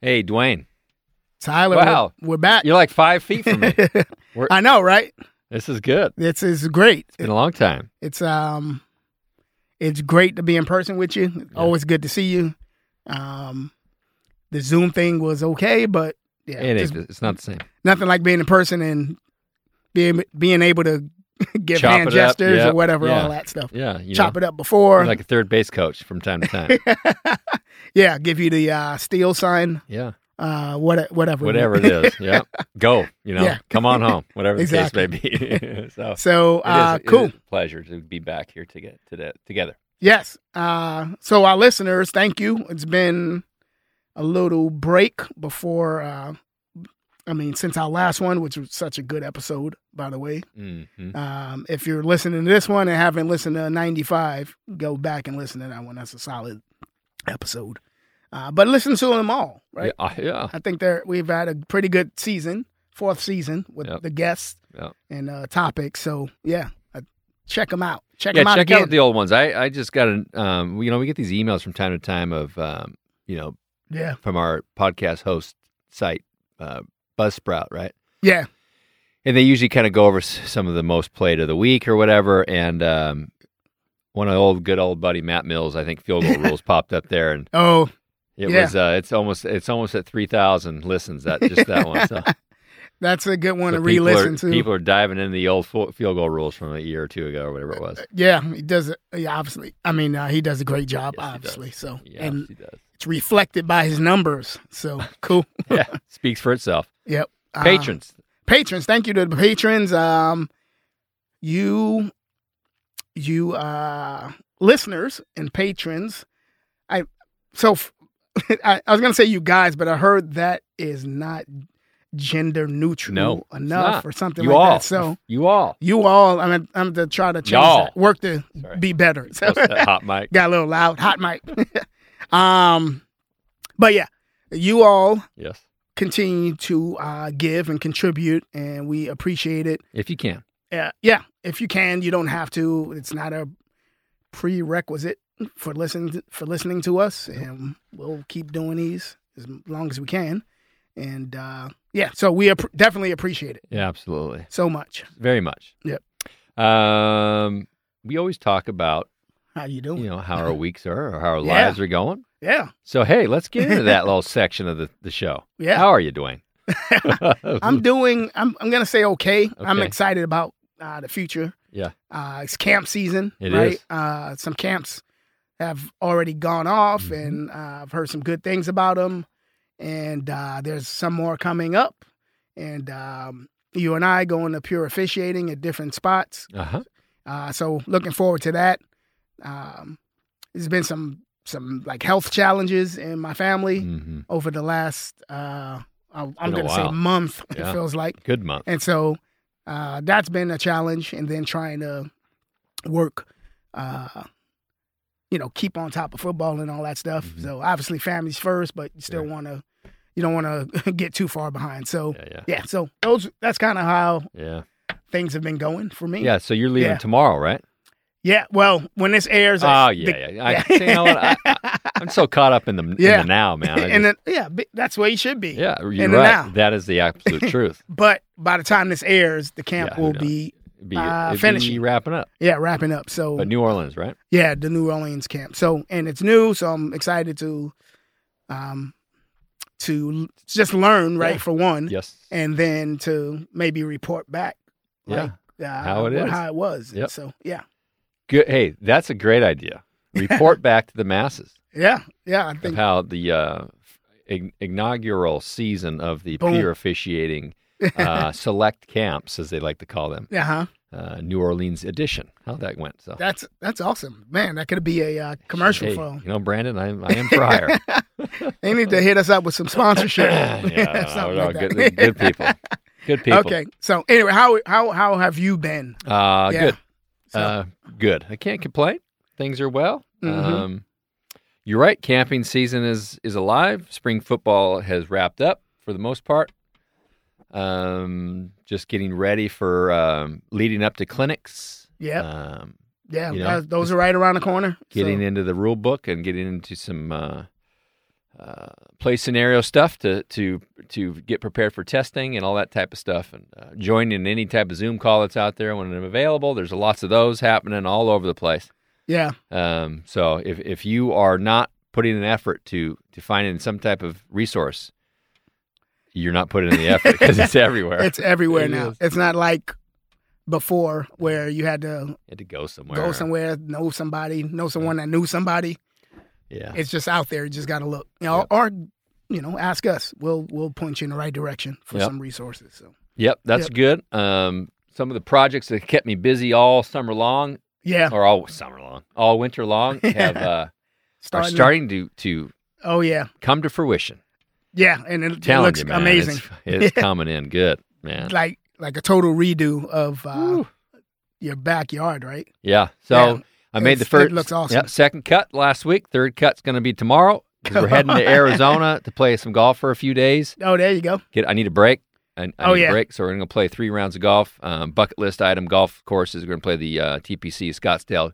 Hey, Dwayne, Tyler, Wow. we're, we're back. you're like five feet from me. We're- I know, right? this is good. It's it's great. It's been a long time. It's um, it's great to be in person with you. Always good to see you. Um, the Zoom thing was okay, but yeah, it just ain't, it's not the same. nothing like being in person and being being able to give Chop hand it up, gestures yeah, or whatever, yeah. all that stuff. Yeah, you Chop know, it up before, you're like a third base coach from time to time. yeah. Give you the uh, steel sign, yeah, uh, what whatever, whatever it is. Yeah, go. You know, Yeah. come on home. Whatever the Exactly. case may be. so it is- So uh, it is cool. a pleasure to be back here to get to the- together. Yes. Uh, so our listeners, thank you. It's been a little break before. Uh, I mean, since our last one, which was such a good episode, by the way. hmm Um, if you're listening to this one and haven't listened to 95, go back and listen to that one. That's a solid episode. Uh, but listen to them all, right? Yeah, uh, yeah. I think they're, we've had a pretty good season, fourth season with Yep. the guests Yep. and uh, topics. So yeah, uh, check them out. Check them yeah, out. check again. out the old ones. I, I just got an um, you know, we get these emails from time to time of um, you know, yeah, from our podcast host site, uh, Buzzsprout, right? yeah. And they usually kind of go over s- some of the most played of the week or whatever. And um, one of the old good old buddy Matt Mills, I think field goal rules popped up there, and Oh, it Yeah. was uh, it's almost it's almost at three thousand listens that just that one. So, that's a good one so to people re-listen are, to. People are diving into the old fo- field goal rules from a year or two ago or whatever it was. yeah, he does it. Yeah, obviously. I mean, uh, he does a great job, Yes, he does. obviously. So, Yeah, and she does. it's reflected by his numbers. So cool. Yeah, speaks for itself. Yep. Uh, Patrons, patrons. Thank you to the patrons. Um, you, you, uh, listeners and patrons. I so f- I, I was gonna say you guys, but I heard that is not gender neutral No, it's enough not. or something you like all, that. So. you all. you all I'm gonna, I'm gonna try to change Y'all. that, work to Sorry. be better. So What's that hot mic? got a little loud, hot mic. um but yeah, you all Yes, continue to uh give and contribute and we appreciate it. if you can. Uh, yeah, if you can, you don't have to. It's not a prerequisite for listening for listening to us and we'll keep doing these as long as we can. And uh yeah, so we app- definitely appreciate it Yeah, absolutely, so much. very much. Yep. Um, we always talk about How you doing? you Yeah. know how our weeks are or how our Oh. Yeah. lives are going. Yeah. So hey, let's get into that little section of the, the show. How are you, Dwayne? I'm doing. I'm. I'm gonna say okay. I'm Okay. excited about uh, the future. Yeah. Uh, it's camp season, It right? is. Uh, some camps have already gone off, Mhm. and uh, I've heard some good things about them. And uh, there's some more coming up. And um, you and I going to pure officiating at different spots. uh-huh. Uh, so looking forward to that. Um, there's been some some like health challenges in my family hmm over the last uh I'm I'm been a gonna say while. month, it Yeah. feels like. Good month. And so uh that's been a challenge and then trying to work uh you know, keep on top of football and all that stuff. Mhm. So obviously families first, but you still Yeah. wanna you don't wanna get too far behind. So Yeah, yeah, Oh. yeah, so those that's kinda how yeah, things have been going for me. yeah. So you're leaving Yeah. tomorrow, right? Yeah, well, when this airs Oh I- yeah, the- yeah. I, see, you know what? I, am so caught up in the, in Yeah. the now, man. I just- and then, yeah, b- that's where you should be. yeah, you're in the now. right. That is the absolute truth. But by the time this airs, the camp Yeah, who will knows? be It'd Be, Uh, it'd finishing. Oh. be wrapping up. Yeah, wrapping up. So But New Orleans, right? yeah, the New Orleans camp. So and it's new, so I'm excited to, um, to l- just learn right Yeah. for one, Yes. and then to maybe report back. yeah. like, uh, How it what- is. How it was. Yep. So yeah, Good. Hey, that's a great idea. Report back to the masses. yeah, yeah. I of think how the uh, ig- inaugural season of the Boom. peer officiating uh, select camps, as they like to call them, yeah, huh? uh, New Orleans edition, how that went. So That's that's awesome, man. That could be a uh, commercial Hey, for. You know, Brandon, I, am- I am prior. They need to hit us up with some sponsorship. yeah, no, Something no, like good, that. good people. Good people. Okay. So anyway, how how how have you been? Uh, Yeah. Good. So, Uh, good. I can't complain. Things are well. Mhm. Um, you're right. Camping season is is alive. Spring football has wrapped up for the most part. Um, just getting ready for um, leading up to clinics. yeah, Um, yeah. you know, that- those are right around the corner. getting so, into the rule book and getting into some uh, uh, play scenario stuff to to to get prepared for testing and all that type of stuff, and uh, join in any type of Zoom call that's out there when I'm available. There's lots of those happening all over the place. Yeah. Um, so if if you are not putting an effort to to find in some type of resource, you're not putting in the effort because it's everywhere. It's everywhere It now. is. It's not like before where you had to You had to go somewhere. go somewhere, know somebody, know someone that knew somebody. Yeah. It's just out there. You just got to look. You know, Yep. or you know, ask us. We'll we'll point you in the right direction for Yep. some resources. So Yep, that's good. Um, some of the projects that kept me busy all summer long, yeah, or all summer long, all winter long, have uh, are starting. starting to to Oh yeah, come to fruition. yeah, and it, it Telling looks you, man, amazing. It's, it's coming in good, man. Like like a total redo of uh, Woo. your backyard, right? yeah. So Yeah, I made the it's- it first. looks awesome. Yep, second cut last week. Third cut's going to be tomorrow. 'cause we're heading to Arizona to play some golf for a few days. Oh, there you go. Get I need a break. I, I Oh, need yeah. a break. So we're going to play three rounds of golf. Um, bucket list item golf courses. We're going to play the uh, TPC Scottsdale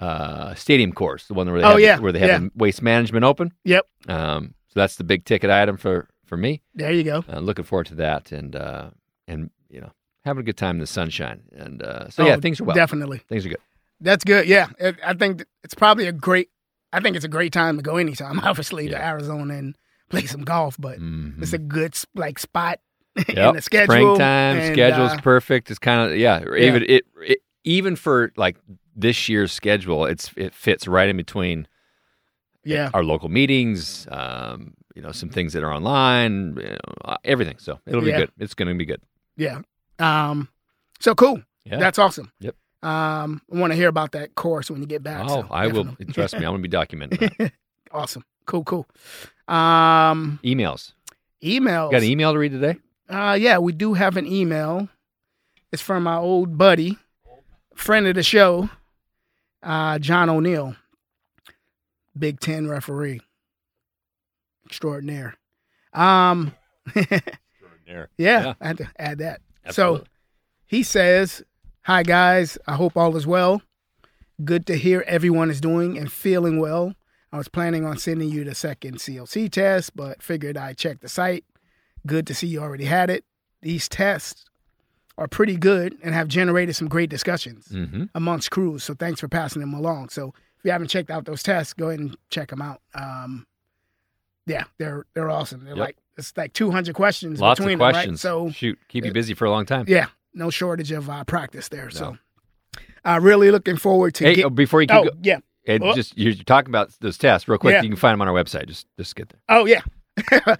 uh, Stadium course, the one where they Oh, have, yeah, where they have yeah. the waste management open. Yep. Um, so that's the big ticket item for for me. There you go. Uh, looking forward to that and uh, and you know having a good time in the sunshine. And uh, so Oh, yeah, things are well. Definitely. Things are good. That's good. Yeah, it, I think th- it's probably a great. I think it's a great time to go anytime. Obviously to Yeah. Arizona and play some golf, but Mhm. it's a good s- like spot Yeah, in the schedule. Springtime and, schedule's uh, perfect. It's kind of yeah. Even it, it even for like this year's schedule, it's it fits right in between yeah, our local meetings. Um, you know, some things that are online, you know, uh, everything. So it'll be Yeah. good. It's going to be good. yeah. Um, so cool. Yeah. That's awesome. Yep. Um, I want to hear about that course when you get back. oh, so I will definitely. trust me. I'm going to be documenting that. awesome. Cool. Cool. Um, emails. emails. Got an email to read today? Uh, yeah, we do have an email. It's from our old buddy, friend of the show, uh, John O'Neill, Big Ten referee, extraordinaire. Um, yeah, Yeah. I had to add that. Absolutely. So he says, "Hi guys, I hope all is well. Good to hear everyone is doing and feeling well. I was planning on sending you the second CLC test, but figured I'd check the site. Good to see you already had it. These tests are pretty good and have generated some great discussions Mm-hmm. amongst crews. So thanks for passing them along. So if you haven't checked out those tests, go ahead and check them out. Um, yeah, they're they're awesome. They're Yep. like it's like 200 questions Lots between of them, right? questions. So uh, Shoot, keep you busy for a long time. yeah, no shortage of uh, practice there. So, uh, really looking forward to Hey, get. oh, before you keep Oh go, yeah, and oh. just you're talking about those tests real quick. Yeah. You can find them on our website. Just just get there. oh yeah,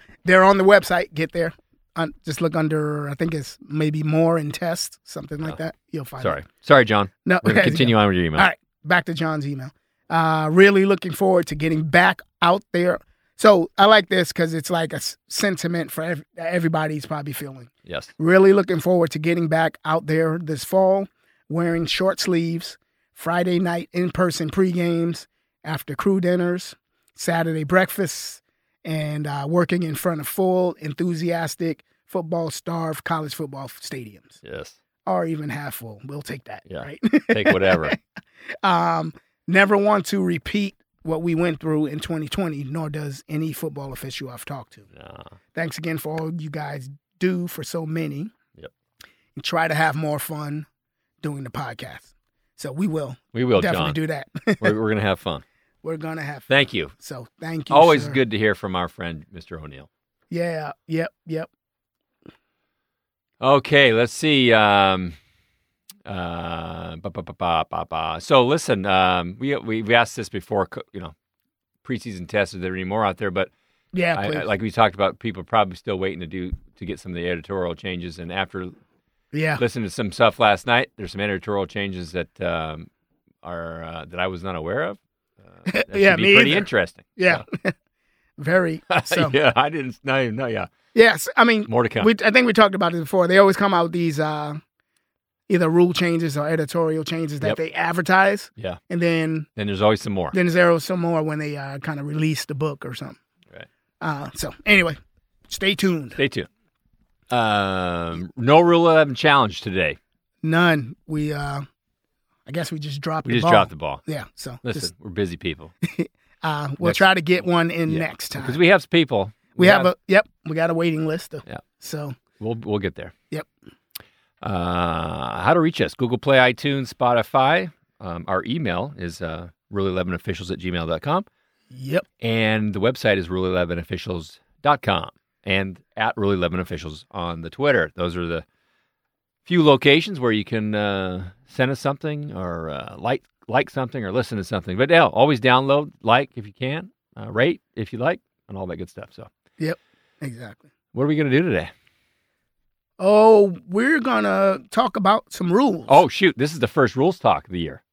they're on the website. Get there. Un- just look under. I think it's maybe more in test something like Oh. that. You'll find. Sorry, It. sorry, John. No, We're gonna there you continue on with your email. All right. back to John's email. Uh, really looking forward to getting back out there. So I like this because it's like a s- sentiment for ev- that everybody's probably feeling. Yes. Really looking forward to getting back out there this fall, wearing short sleeves, Friday night in person pre-games, after crew dinners, Saturday breakfasts, and uh, working in front of full, enthusiastic, football starved college football stadiums, Yes. or even half full. We'll take that, Yeah. right? Take whatever. um, never want to repeat what we went through in 2020, nor does any football official I've talked to. no. Thanks again for all you guys do for so many. Yep. And try to have more fun doing the podcast. So we will We will, definitely John. do that. We're, we're gonna have fun. We're gonna have fun. Thank you. So thank you. Always sir. good to hear from our friend Mr. O'Neill. Yeah. Yep. Yep. Okay, let's see. Um, uh, ba, ba, ba, ba, ba, ba. So listen, um, we we we asked this before. co- You know, preseason tests. Are there any more out there? But Yeah. I, Please. I- like we talked about, people probably still waiting to do to get some of the editorial changes. And after yeah. listening to some stuff last night, there's some editorial changes that um, are uh, that I was not aware of. Uh, that Yeah, should be me pretty either. interesting. Yeah. Very. So yeah, I didn't. No, no, yeah, yes. I mean, more to come. we, I think we talked about it before. They always come out with these uh, either rule changes or editorial changes that Yep. they advertise, yeah, and then then there's always some more. then there's some more when they uh, kind of release the book or something. Right. Uh, so anyway, stay tuned. Stay tuned. Um, no rule eleven challenge today. None. We, uh, I guess we just dropped. We the just ball. dropped the ball. Yeah. So Listen, just- we're busy people. Uh, we'll Next- try to get one in Yeah. next time. because we have people. We have a yep. We got a waiting list. Though. Yeah. So We'll we'll get there. Yep. Uh, how to reach us? Google Play, iTunes, Spotify. Um, our email is uh, rule11officials at gmail.com. yep. And the website is rule11officials.com and at rule11officials on the Twitter. Those are the few locations where you can uh, send us something or uh, like like something or listen to something. But yeah, always download, like if you can, uh, rate if you like, and all that good stuff. So, Exactly. what are we going to do today? Oh, we're gonna talk about some rules. Oh, shoot. This is the first rules talk of the year.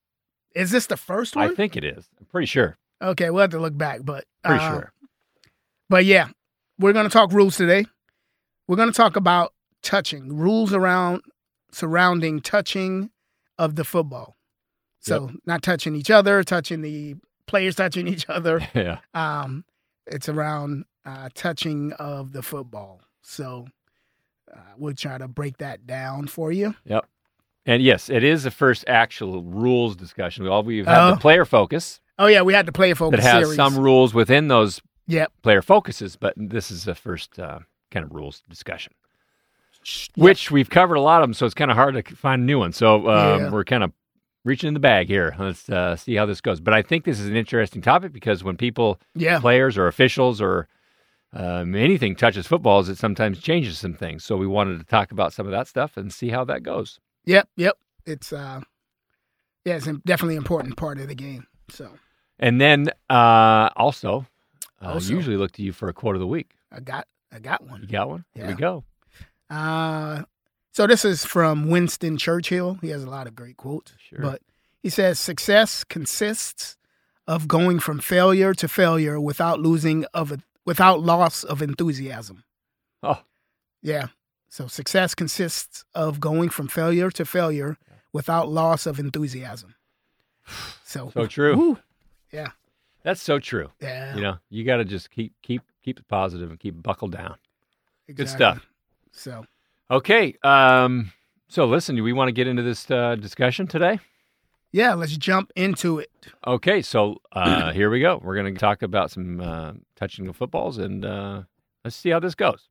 is this the first I one? think it is. I'm pretty sure. okay, we'll have to look back, but Pretty uh, sure. But yeah, we're gonna talk rules today. We're gonna talk about touching rules around surrounding touching of the football. So not touching each other, touching the players, touching each other. yeah. Um, it's around uh, touching of the football. So uh, we'll try to break that down for you. And yes, it is the first actual rules discussion. We all we've had Oh. the player focus Oh yeah, we had to play a focus that has series. some rules within those Yep. player focuses, but this is the first uh, kind of rules discussion, which we've covered a lot of them, so it's kind of hard to find new ones. So um, Yeah. we're kind of reaching in the bag here. Let's uh, see how this goes. But I think this is an interesting topic because when people, Yeah, players or officials or um, anything touches footballs, it sometimes changes some things. So we wanted to talk about some of that stuff and see how that goes. yep, yep. It's uh, yeah, it's a definitely an important part of the game. So And then uh, also, I Also. usually look to you for a quote of the week. I got I got You one. got one? Here we Yeah. go. Uh, so this is from Winston Churchill. He has a lot of great quotes. Sure. But he says success consists of going from failure to failure without losing of without loss of enthusiasm. Oh. Yeah. So success consists of going from failure to failure without loss of enthusiasm. So, So true. Woo. Yeah. That's so true. Yeah. You know, you got to just keep keep keep it positive and keep buckled down. Good exactly. stuff. So Okay. Um. So listen, do we want to get into this uh, discussion today? yeah, let's jump into it. Okay. So uh, here we go. We're going to talk about some uh, touching of footballs, and uh, let's see how this goes.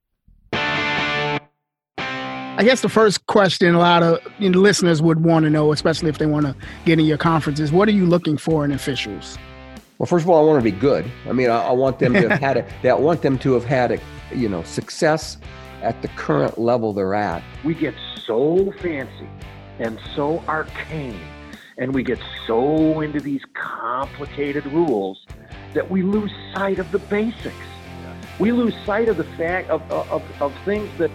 I guess the first question a lot of you know, listeners would want to know, especially if they want to get in your conference, is what are you looking for in officials? Well, first of all, I want to be good. I mean, I, I want them to have had a, that. Want them to have had a, you know, success at the current level they're at. we get so fancy and so arcane and we get so into these complicated rules that we lose sight of the basics. We lose sight of the fact of, of, of things that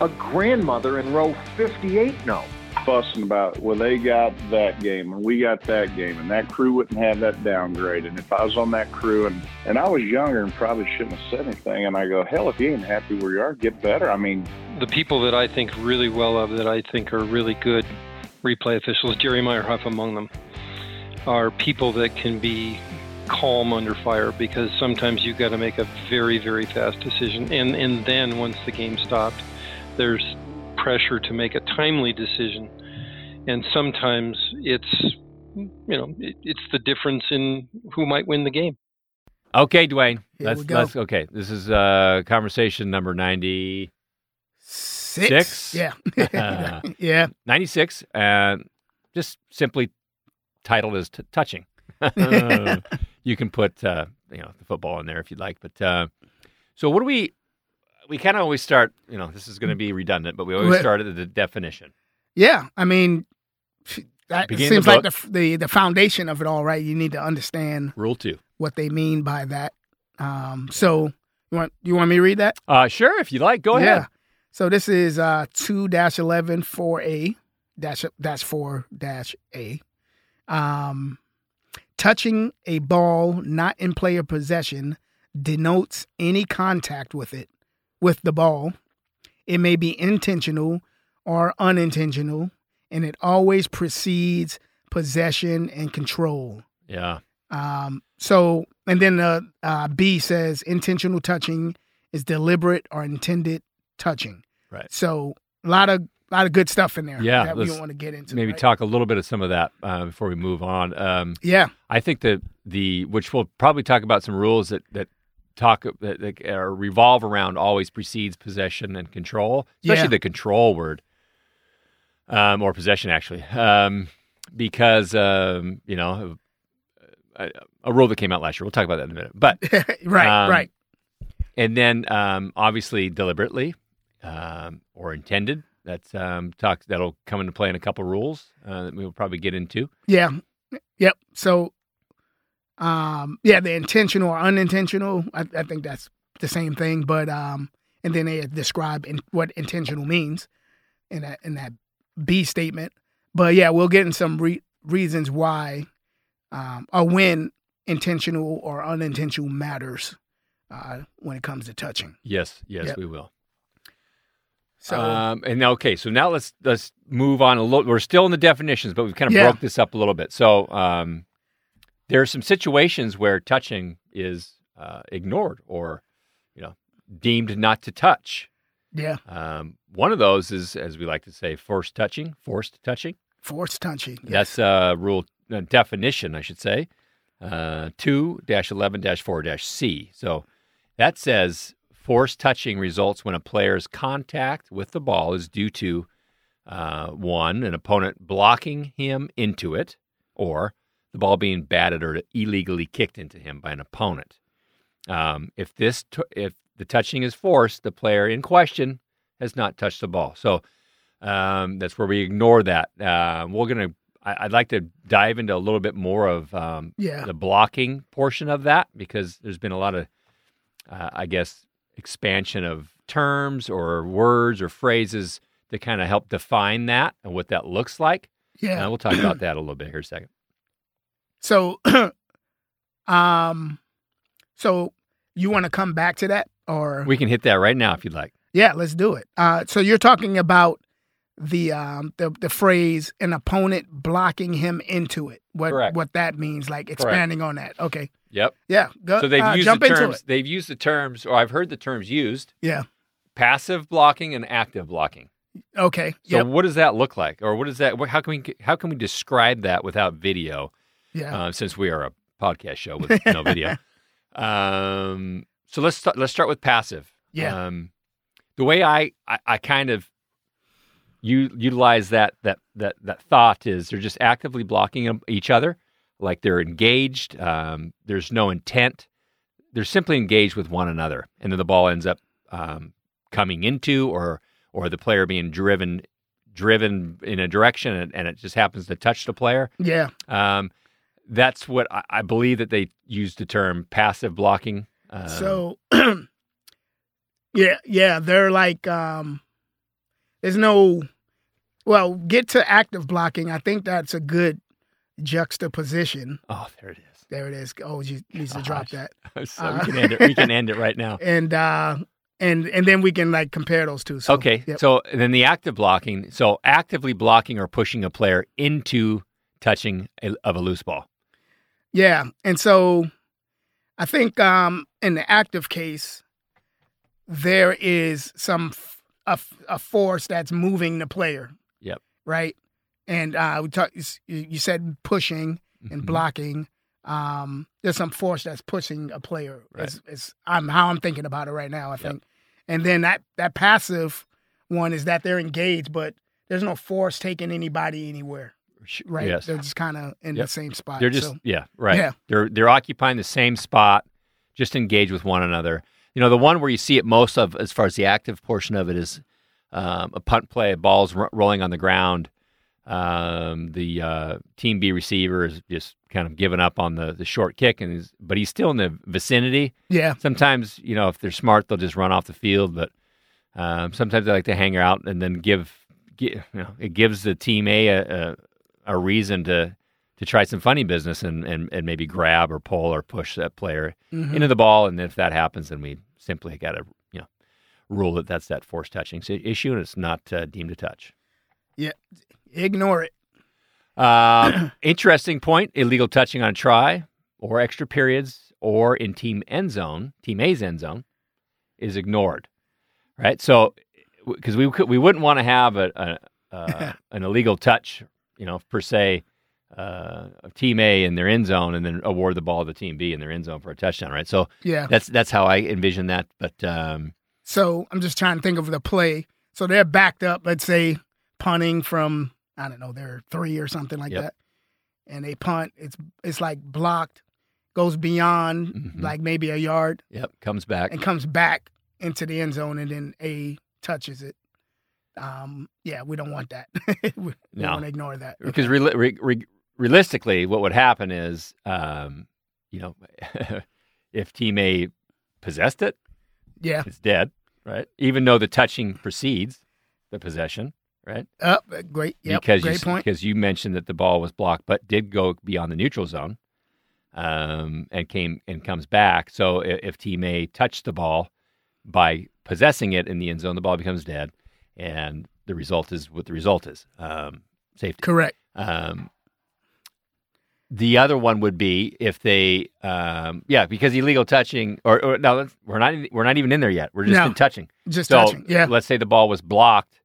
a grandmother in row 58 knows. fussing about, well, they got that game and we got that game, and that crew wouldn't have that downgrade. And if I was on that crew and, and I was younger and probably shouldn't have said anything, and I go, hell, if you ain't happy where you are, get better. I mean, the people that I think really well of, that I think are really good replay officials, Jerry Meyerhoff among them, are people that can be calm under fire because sometimes you've got to make a very, very fast decision. And, and then once the game stopped, there's pressure to make a timely decision. And sometimes it's, you know, it, it's the difference in who might win the game. Okay, Dwayne. Here let's we go. let's okay. This is uh, conversation number ninety. uh, Six. Six? Uh-huh. Yeah. yeah. ninety-six, and just simply titled as t- touching. you can put uh, you know the football in there if you'd like, but uh, so what do we? We kind of always start. You know, this is going to be redundant, but we always Right. start at the definition. Yeah. I mean, that Begin seems the like book. the, f- the, the foundation of it all, right? You need to understand Rule two. what they mean by that. Um, so you want, you want me to read that? Uh, sure, if you like, go ahead. So this is uh, 2 11 4A, dash, dash 4 dash A. Um, touching a ball not in player possession denotes any contact with it, with the ball. It may be intentional or unintentional, and it always precedes possession and control. Yeah, Um, so, and then uh, uh, B says intentional touching is deliberate or intended touching. Right. So, a lot of lot of good stuff in there. Yeah, that we let's don't want to get into. maybe right? talk a little bit of some of that uh, before we move on. Um, Yeah, I think that the which we'll probably talk about some rules that that talk that, that are revolve around always precedes possession and control, especially Yeah. the control word, um, or possession actually, um, because um, you know a, a rule that came out last year. We'll talk about that in a minute, but right, Um, right. and then um, obviously deliberately um, or intended. That's um, talks that'll come into play in a couple rules uh, that we'll probably get into. Yeah. Yep. So, um, yeah, the intentional or unintentional, I, I think that's the same thing. But um, and then they describe in, what intentional means in that in that B statement. But yeah, we'll get in some re- reasons why um, or when intentional or unintentional matters uh, when it comes to touching. Yes, yes, Yep. we will. So um, and now- okay, so now let's let's move on a little. We're still in the definitions, but we've kind of Yeah. broke this up a little bit. So um, there are some situations where touching is uh, ignored or you know deemed not to touch. yeah, Um, one of those is, as we like to say, forced touching, forced touching. forced touching. That's uh, rule uh, definition, I should say, uh, 2 11 4 C. So that says force touching results when a player's contact with the ball is due to uh, one, an opponent blocking him into it, or the ball being batted or illegally kicked into him by an opponent. Um, if this, t- if the touching is forced, the player in question has not touched the ball. So um, that's where we ignore that. Uh, we're gonna. I, I'd like to dive into a little bit more of um, Yeah. the blocking portion of that because there's been a lot of, uh, I guess, expansion of terms or words or phrases that kind of help define that and what that looks like. Yeah. And we'll talk about that a little bit here in a second. So, um, so you want to come back to that, or We can hit that right now if you'd like. yeah, let's do it. Uh, so you're talking about the um the the phrase an opponent blocking him into it. What Correct. what that means? Like expanding on that. Okay. Yep. Yeah. Go, So they've uh, used jump the into terms. it. They've used the terms, or I've heard the terms used: Yeah. passive blocking and active blocking. Okay. So yep. what does that look like, or what is that? What, how can we how can we describe that without video? Yeah. Uh, since we are a podcast show with no video, um, so let's start, let's start with passive. Yeah. Um, the way I, I I kind of u- utilize that that that that thought is they're just actively blocking em- each other, like they're engaged. Um, there's no intent. They're simply engaged with one another, and then the ball ends up um, coming into or or the player being driven driven in a direction and, and it just happens to touch the player yeah. um, that's what I, I believe that they used the term passive blocking um, so yeah yeah they're like um there's no well get to active blocking i think that's a good juxtaposition oh there it is there it is oh you needs to drop Gosh. that so Uh, we can end it we can end it right now and uh and and then we can like compare those two so, okay yep. so then the active blocking so actively blocking or pushing a player into touching a, of a loose ball yeah and so i think um in the active case there is some f- a, f- a force that's moving the player Yep. right and uh we talk, you s- you said pushing and Mhm. blocking. Um, there's some force that's pushing a player. Right. It's, it's I'm how I'm thinking about it right now. I Yep. think, and then that that passive one is that they're engaged, but there's no force taking anybody anywhere. Sh- Right? yes They're just kind of in the Yep. same spot. They're just so- yeah, right. Yeah. They're they're occupying the same spot, just engage with one another. You know, the one where you see it most of, as far as the active portion of it, is um, a punt play, balls r- rolling on the ground. Um, the uh, team B receiver is just kind of giving up on the the short kick, and is, but he's still in the vicinity. yeah, Sometimes, you know, if they're smart, they'll just run off the field. But um, sometimes they like to hang out and then give, gi- you know, it gives the team A a, a, a reason to to try some funny business and, and, and maybe grab or pull or push that player Mhm. into the ball. And if that happens, then we simply got to, you know, rule that that's that force touching si- issue and it's not uh, deemed a touch. ignore it. Um, interesting point. Illegal touching on a try or extra periods or in team end zone, team A's end zone, is ignored. Right. So, because we could, we wouldn't want to have a, a uh, an illegal touch, you know, per se, uh, of team A in their end zone and then award the ball to team B in their end zone for a touchdown, right? So Yeah. that's that's how I envision that. But um, So I'm just trying to think of the play. So they're backed up, let's say punting from I don't know, they're three or something like Yep. that. And they punt, it's it's like blocked, goes beyond Mhm. like maybe a yard yep, comes back. and comes back into the end zone and then A touches it. Um, yeah, we don't want that. we we No. want to ignore that. because reali- re- re- realistically, what would happen is, um, you know, if team A possessed it, Yeah. it's dead, right? Even though the touching precedes the possession, right? Up uh, great. Yep. because great you, point. because you mentioned that the ball was blocked, but did go beyond the neutral zone, um, and came and comes back. So if, if team A touched the ball by possessing it in the end zone, the ball becomes dead, and the result is what the result is. Um, safety. Correct. Um, the other one would be if they, um, yeah, because illegal touching, or, or no, that's- we're not, we're not even in there yet. We're just No. in touching. Just so touching. Yeah. let's say the ball was blocked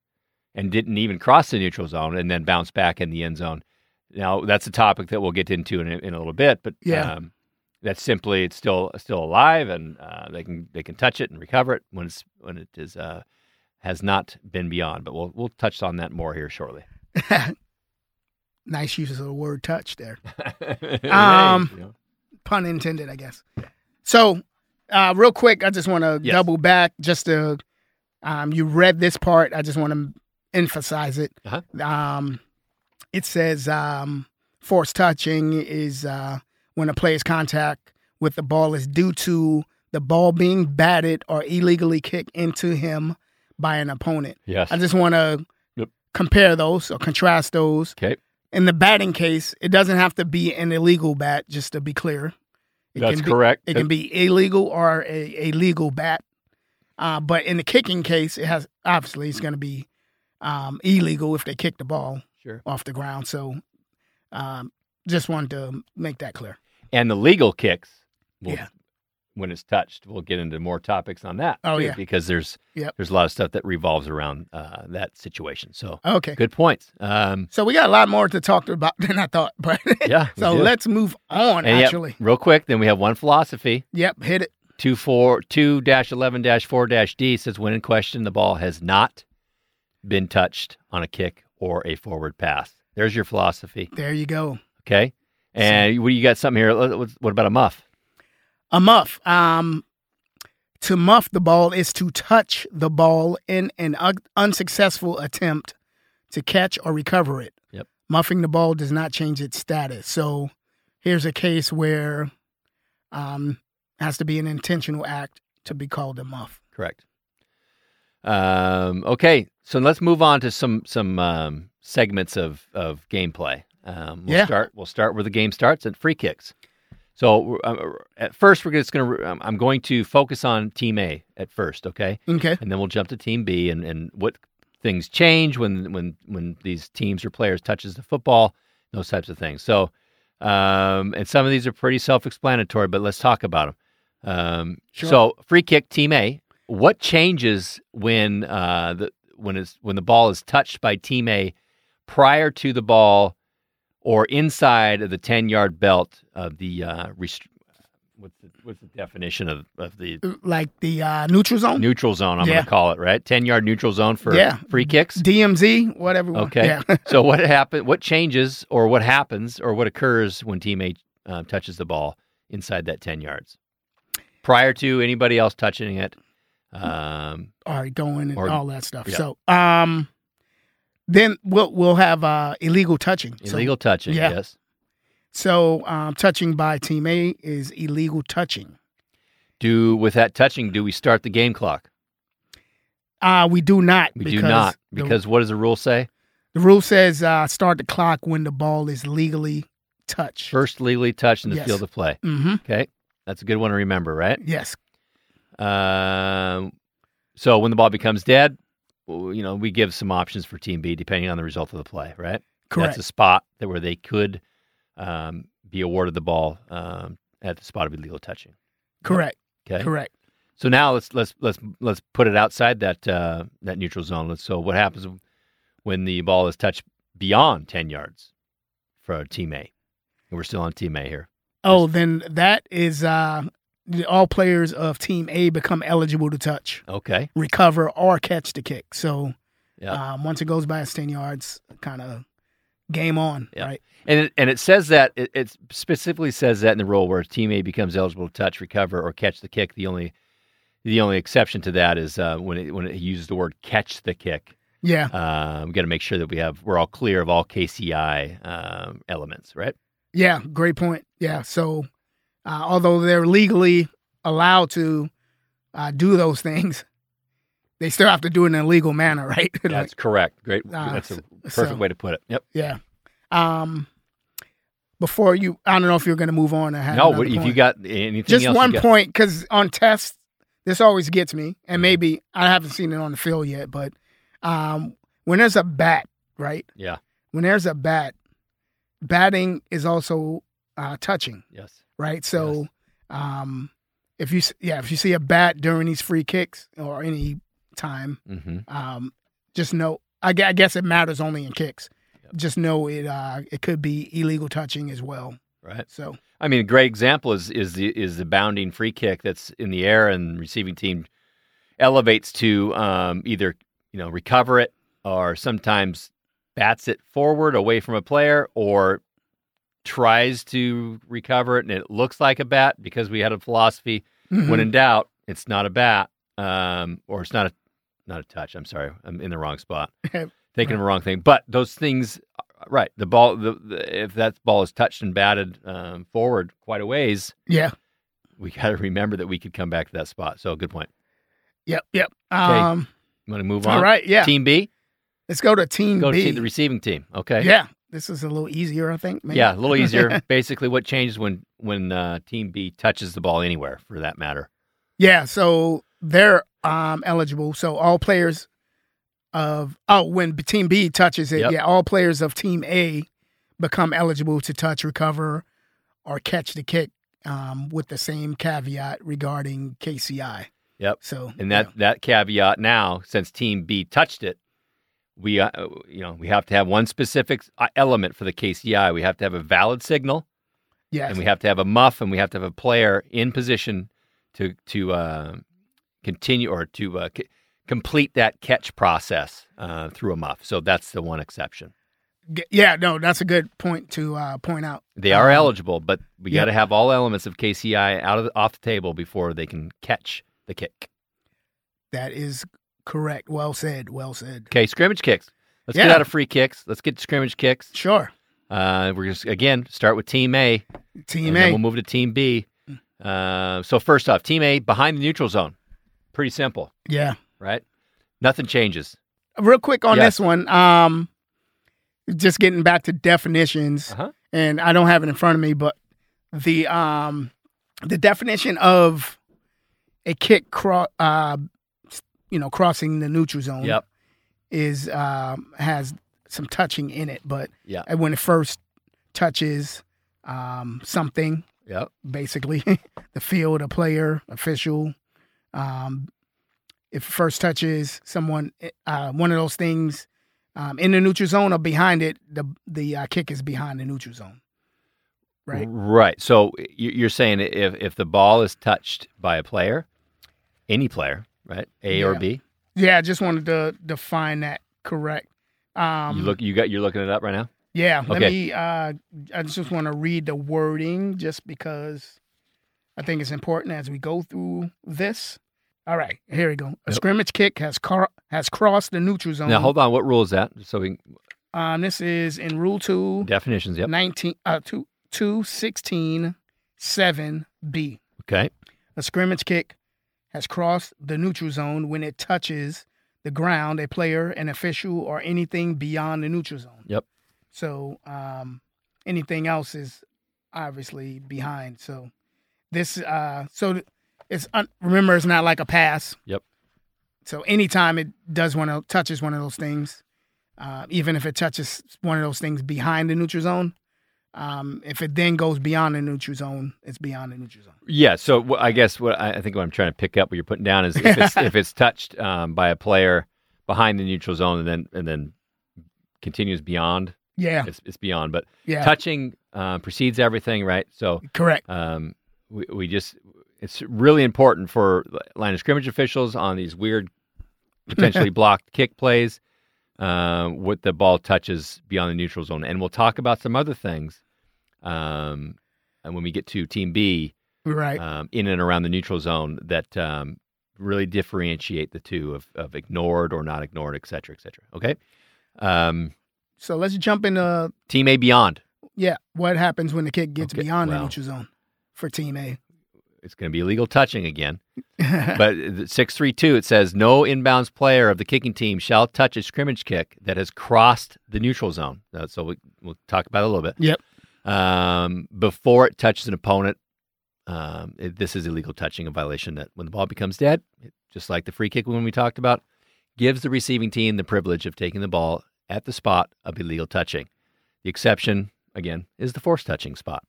and didn't even cross the neutral zone and then bounced back in the end zone. Now that's a topic that we'll get into in, a- in a little bit, but Yeah. um, that's simply it's still still alive and uh, they can they can touch it and recover it when it's when it is uh, has not been beyond. But we'll we'll touch on that more here shortly. nice use of the word touch there. Hey, Um, you know. pun intended, I guess. So, uh, real quick, I just want to Yes. double back just to, um, you read this part. I just want to emphasize it. Uh-huh. Um, it says um, force touching is uh, when a player's contact with the ball is due to the ball being batted or illegally kicked into him by an opponent. Yes. I just want to Yep. compare those or contrast those. Okay. In the batting case, it doesn't have to be an illegal bat, just to be clear. It That's can be, correct. It can be illegal or a, a legal bat. Uh, but in the kicking case, it has obviously it's going to be um, illegal if they kick the ball Sure. off the ground. So um, just wanted to make that clear. and the legal kicks. We'll, Yeah. When it's touched, we'll get into more topics on that. Oh, too, yeah. because there's Yep. there's a lot of stuff that revolves around uh, that situation. So Oh, Okay. good points. Um, So we got a lot more to talk about than I thought. But yeah. we so do. let's move on. And yep, actually, real quick. Then we have one philosophy yep, hit it. two four two dash eleven dash four dash D says when in question the ball has not been touched on a kick or a forward pass. There's your philosophy. There you go. Okay. And what you got something here? What what about a muff? a muff. Um, to muff the ball is to touch the ball in an un- unsuccessful attempt to catch or recover it. Yep. Muffing the ball does not change its status. So here's a case where um has to be an intentional act to be called a muff. Correct. Um, okay, so let's move on to some some um, segments of of gameplay. Um, we'll Yeah. start. We'll start where the game starts at free kicks. So uh, at first, we're just going to. I'm going to focus on Team A at first, okay, Okay. and then we'll jump to Team B and and what things change when when when these teams or players touches the football, those types of things. So, um, and some of these are pretty self-explanatory, but let's talk about them. Um, Sure. So, free kick, team A. What changes when uh, the when it's when the ball is touched by team A prior to the ball or inside of the ten yard belt of the uh, rest- what's the what's the definition of of the Like the uh, neutral zone, neutral zone? I'm Yeah. going to call it right ten yard neutral zone for Yeah. free kicks. DMZ, whatever. we- Okay. Yeah. so what happen? What changes or what happens or what occurs when team A uh, touches the ball inside that ten yards prior to anybody else touching it? Um, all right, going and Or- all that stuff. yeah. So um, then we'll we'll have uh, illegal touching. So- illegal touching. yeah. Yes. So um, touching by team A is illegal touching. Do with that touching? Do we start the game clock? Uh, we do not. We do not the- because what does the rule say? the, rule says uh, start the clock when the ball is legally touched. First legally touched in the Yes. field of play. Mm-hmm. Okay, that's a good one to remember, right? Yes. Um, so when the ball becomes dead, w- you know we give some options for Team B depending on the result of the play, right? Correct. That's a spot that where they could um, be awarded the ball um, at the spot of illegal touching. correct. Okay. Correct. So now let's let's let's let's put it outside that uh, that neutral zone. Let's, so what happens when the ball is touched beyond ten yards? for Team A. And we're still on Team A here. Oh, then that is uh, the- all players of Team A become eligible to touch, Okay. recover, or catch the kick. So Yeah. um, once it goes past 10 yards, kind of game on, Yeah. right? And it, and it says that it, it specifically says that in the rule where a team A becomes eligible to touch, recover, or catch the kick. The only the only exception to that is uh, when it, when it uses the word catch the kick. Yeah. Um, we got to make sure that we have we're all clear of all KCI um, elements, right? Yeah, great point. Yeah, so uh, although they're legally allowed to uh, do those things, they still have to do it in a legal manner, right? Like, That's correct. Great. Ah, That's a perfect so- way to put it. Yep. yeah. Um, before you, I don't know if you're going to move on. Or have No, another if you point. got anything just else, you one got- Mm-hmm. point because on tests this always gets me and maybe i haven't seen it on the field yet but um, when there's a bat right Yeah. when there's a bat batting is also uh, touching Yes. right so um, if you s- yeah if you see a bat during these free kicks or any time Mm-hmm. um, just know I, gue- I guess it matters only in kicks Yep. just know it uh, it could be illegal touching as well Right. so I mean, a great example is is the is the bounding free kick that's in the air, and receiving team elevates to um, either you know recover it, or sometimes bats it forward away from a player, or tries to recover it, and it looks like a bat because we had a philosophy mm-hmm. when in doubt, it's not a bat, um, or it's not a not a touch. I'm sorry, I'm in the wrong spot, thinking of the wrong thing. But those things, uh, right? The ball, the, the if that ball is touched and batted um, forward quite a ways, yeah we got to remember that we could come back to that spot. So good point. yep yep um, You want to move on? all right yeah Team B, Let's go to Team go B. to the receiving team. Okay. Yeah, this is a little easier, I think. maybe. Yeah, a little easier. Basically, what changes when when uh, Team B touches the ball anywhere, for that matter? yeah, so they're um, eligible. So all players of oh, when Team B touches it, Yep. yeah, all players of Team A become eligible to touch, recover, or catch the kick, um, with the same caveat regarding KCI. Yep. So And that that caveat now, since Team B touched it, we uh, you know we have to have one specific uh, element for the KCI. We have to have a valid signal, yeah, and we have to have a muff, and we have to have a player in position to to uh, continue or to uh, c- complete that catch process uh, through a muff. So that's the one exception. G- yeah, no, that's a good point to uh, point out. They are Um, eligible, but we yeah. got to have all elements of KCI out of the, off the table before they can catch the kick. That is correct. Well said. Well said. Okay, scrimmage kicks. Let's Yeah. get out of free kicks. Let's get to scrimmage kicks. Sure. Uh, we're just again start with Team A, Team and A. Hmm. then we'll move to Team B. Uh, so first off, Team A behind the neutral zone, pretty simple, yeah. right? Nothing changes. real quick on Yes. this one um just getting back to definitions Uh-huh. and i don't have it in front of me but the um the definition of a kick cro- uh you know crossing the neutral zone Yep. is um has some touching in it but Yeah. and when it first touches um something Yep. basically the field, a player, official. Um, if it first touches someone, uh, one of those things um, in the neutral zone or behind it, the the uh, kick is behind the neutral zone. Right. Right. So y- you're saying if if the ball is touched by a player, any player, right, A or Yeah. B, Yeah, I just wanted to define that correct. Um, you look you got you're looking it up right now. Yeah, let Okay. me. Uh, I just want to read the wording just because I think it's important as we go through this. All right, here we go. A Yep. scrimmage kick has car- has crossed the neutral zone. Now hold on. What rule is that? So we can, Um, this is in Rule 2, definitions. Yep. 19, uh, 2, 2 16, 7B. Okay. A scrimmage kick has crossed the neutral zone when it touches the ground, a player, an official, or anything beyond the neutral zone. Yep. So um, anything else is obviously behind. So this, uh, so it's, un- remember, it's not like a pass. Yep. So anytime it does one of, touches one of those things, uh, even if it touches one of those things behind the neutral zone, um, if it then goes beyond the neutral zone, it's beyond the neutral zone. Yeah, so wh- I guess what I I think what I'm trying to pick up, what you're putting down is if it's, if it's touched um, by a player behind the neutral zone and then and then continues beyond Yeah. It's, it's beyond. But Yeah. touching uh, precedes everything, right? So Correct. um, we, we just it's really important for line of scrimmage officials on these weird, potentially blocked kick plays, um, what the ball touches beyond the neutral zone, and we'll talk about some other things, um, and when we get to Team B, Right. um, in and around the neutral zone that um, really differentiate the two of, of ignored or not ignored, et cetera, et cetera. Okay. Um, so let's jump into team A beyond. yeah, what happens when the kick gets Okay, beyond the well. Uh, neutral zone for team A. It's going to be illegal touching again. but 632, it says no inbounds player of the kicking team shall touch a scrimmage kick that has crossed the neutral zone. Uh, So we, we'll talk about it a little bit. Yep. Um, before it touches an opponent, um, it- this is illegal touching, a violation that when the ball becomes dead, it, just like the free kick when we talked about, gives the receiving team the privilege of taking the ball at the spot of illegal touching. The exception, again, is the force touching spot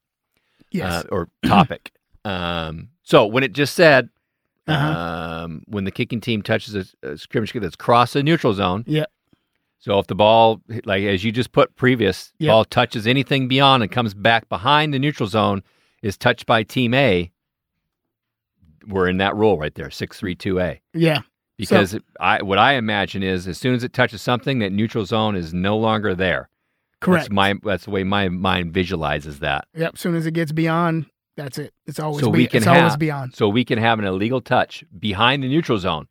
yes. uh, or topic. um, so when it just said, Uh-huh. um, when the kicking team touches a, a scrimmage kick that's crossed the neutral zone. Yeah. So if the ball, like as you just put previous, Yeah. ball touches anything beyond and comes back behind the neutral zone, is touched by team A. We're in that rule right there, six three two A. yeah. Because I, what I imagine is, as soon as it touches something, that neutral zone is no longer there. Correct. That's my that's the way my mind visualizes that. yep. As soon as it gets beyond, that's it. It's always So be- we can it's always have- beyond. So we can have an illegal touch behind the neutral zone,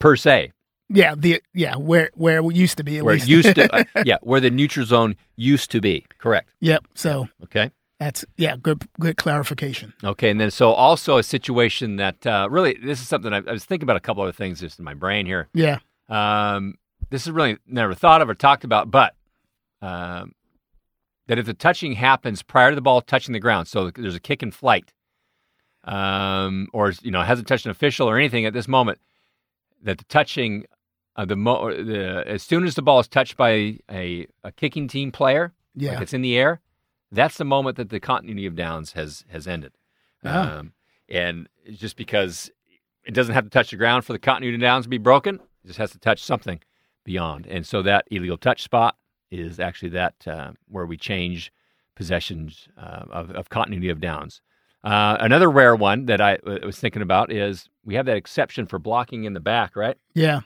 per se, Yeah. The yeah where where it used to be at where it least. used to, uh, yeah, where the neutral zone used to be. Correct. yep. So Okay. that's yeah. Good good clarification. Okay. And then so also a situation that uh, really this is something I, I was thinking about a couple other things just in my brain here. Yeah. Um, this is really never thought of or talked about, but um, that if the touching happens prior to the ball touching the ground, so there's a kick in flight, um, or you know hasn't touched an official or anything at this moment, that the touching, uh, the, mo- or the as soon as the ball is touched by a, a kicking team player, Yeah. like it's in the air, that's the moment that the continuity of downs has has ended. Yeah. Um, and it's just because it doesn't have to touch the ground for the continuity of downs to be broken, it just has to touch something beyond. And so that illegal touch spot is actually that uh, where we change possessions uh, of, of continuity of downs. Uh, another rare one that I uh, was thinking about is we have that exception for blocking in the back, right? yeah.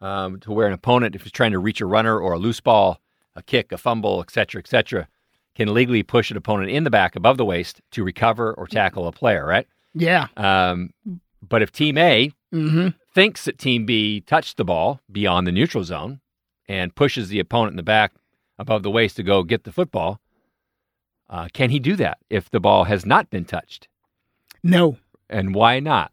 um, to where an opponent, if he's trying to reach a runner or a loose ball, a kick, a fumble, et cetera, et cetera, can legally push an opponent in the back above the waist to recover or tackle a player, right? Yeah. Um, but if team A Mm-hmm. thinks that team B touched the ball beyond the neutral zone and pushes the opponent in the back above the waist to go get the football, uh, can he do that if the ball has not been touched? No. And why not?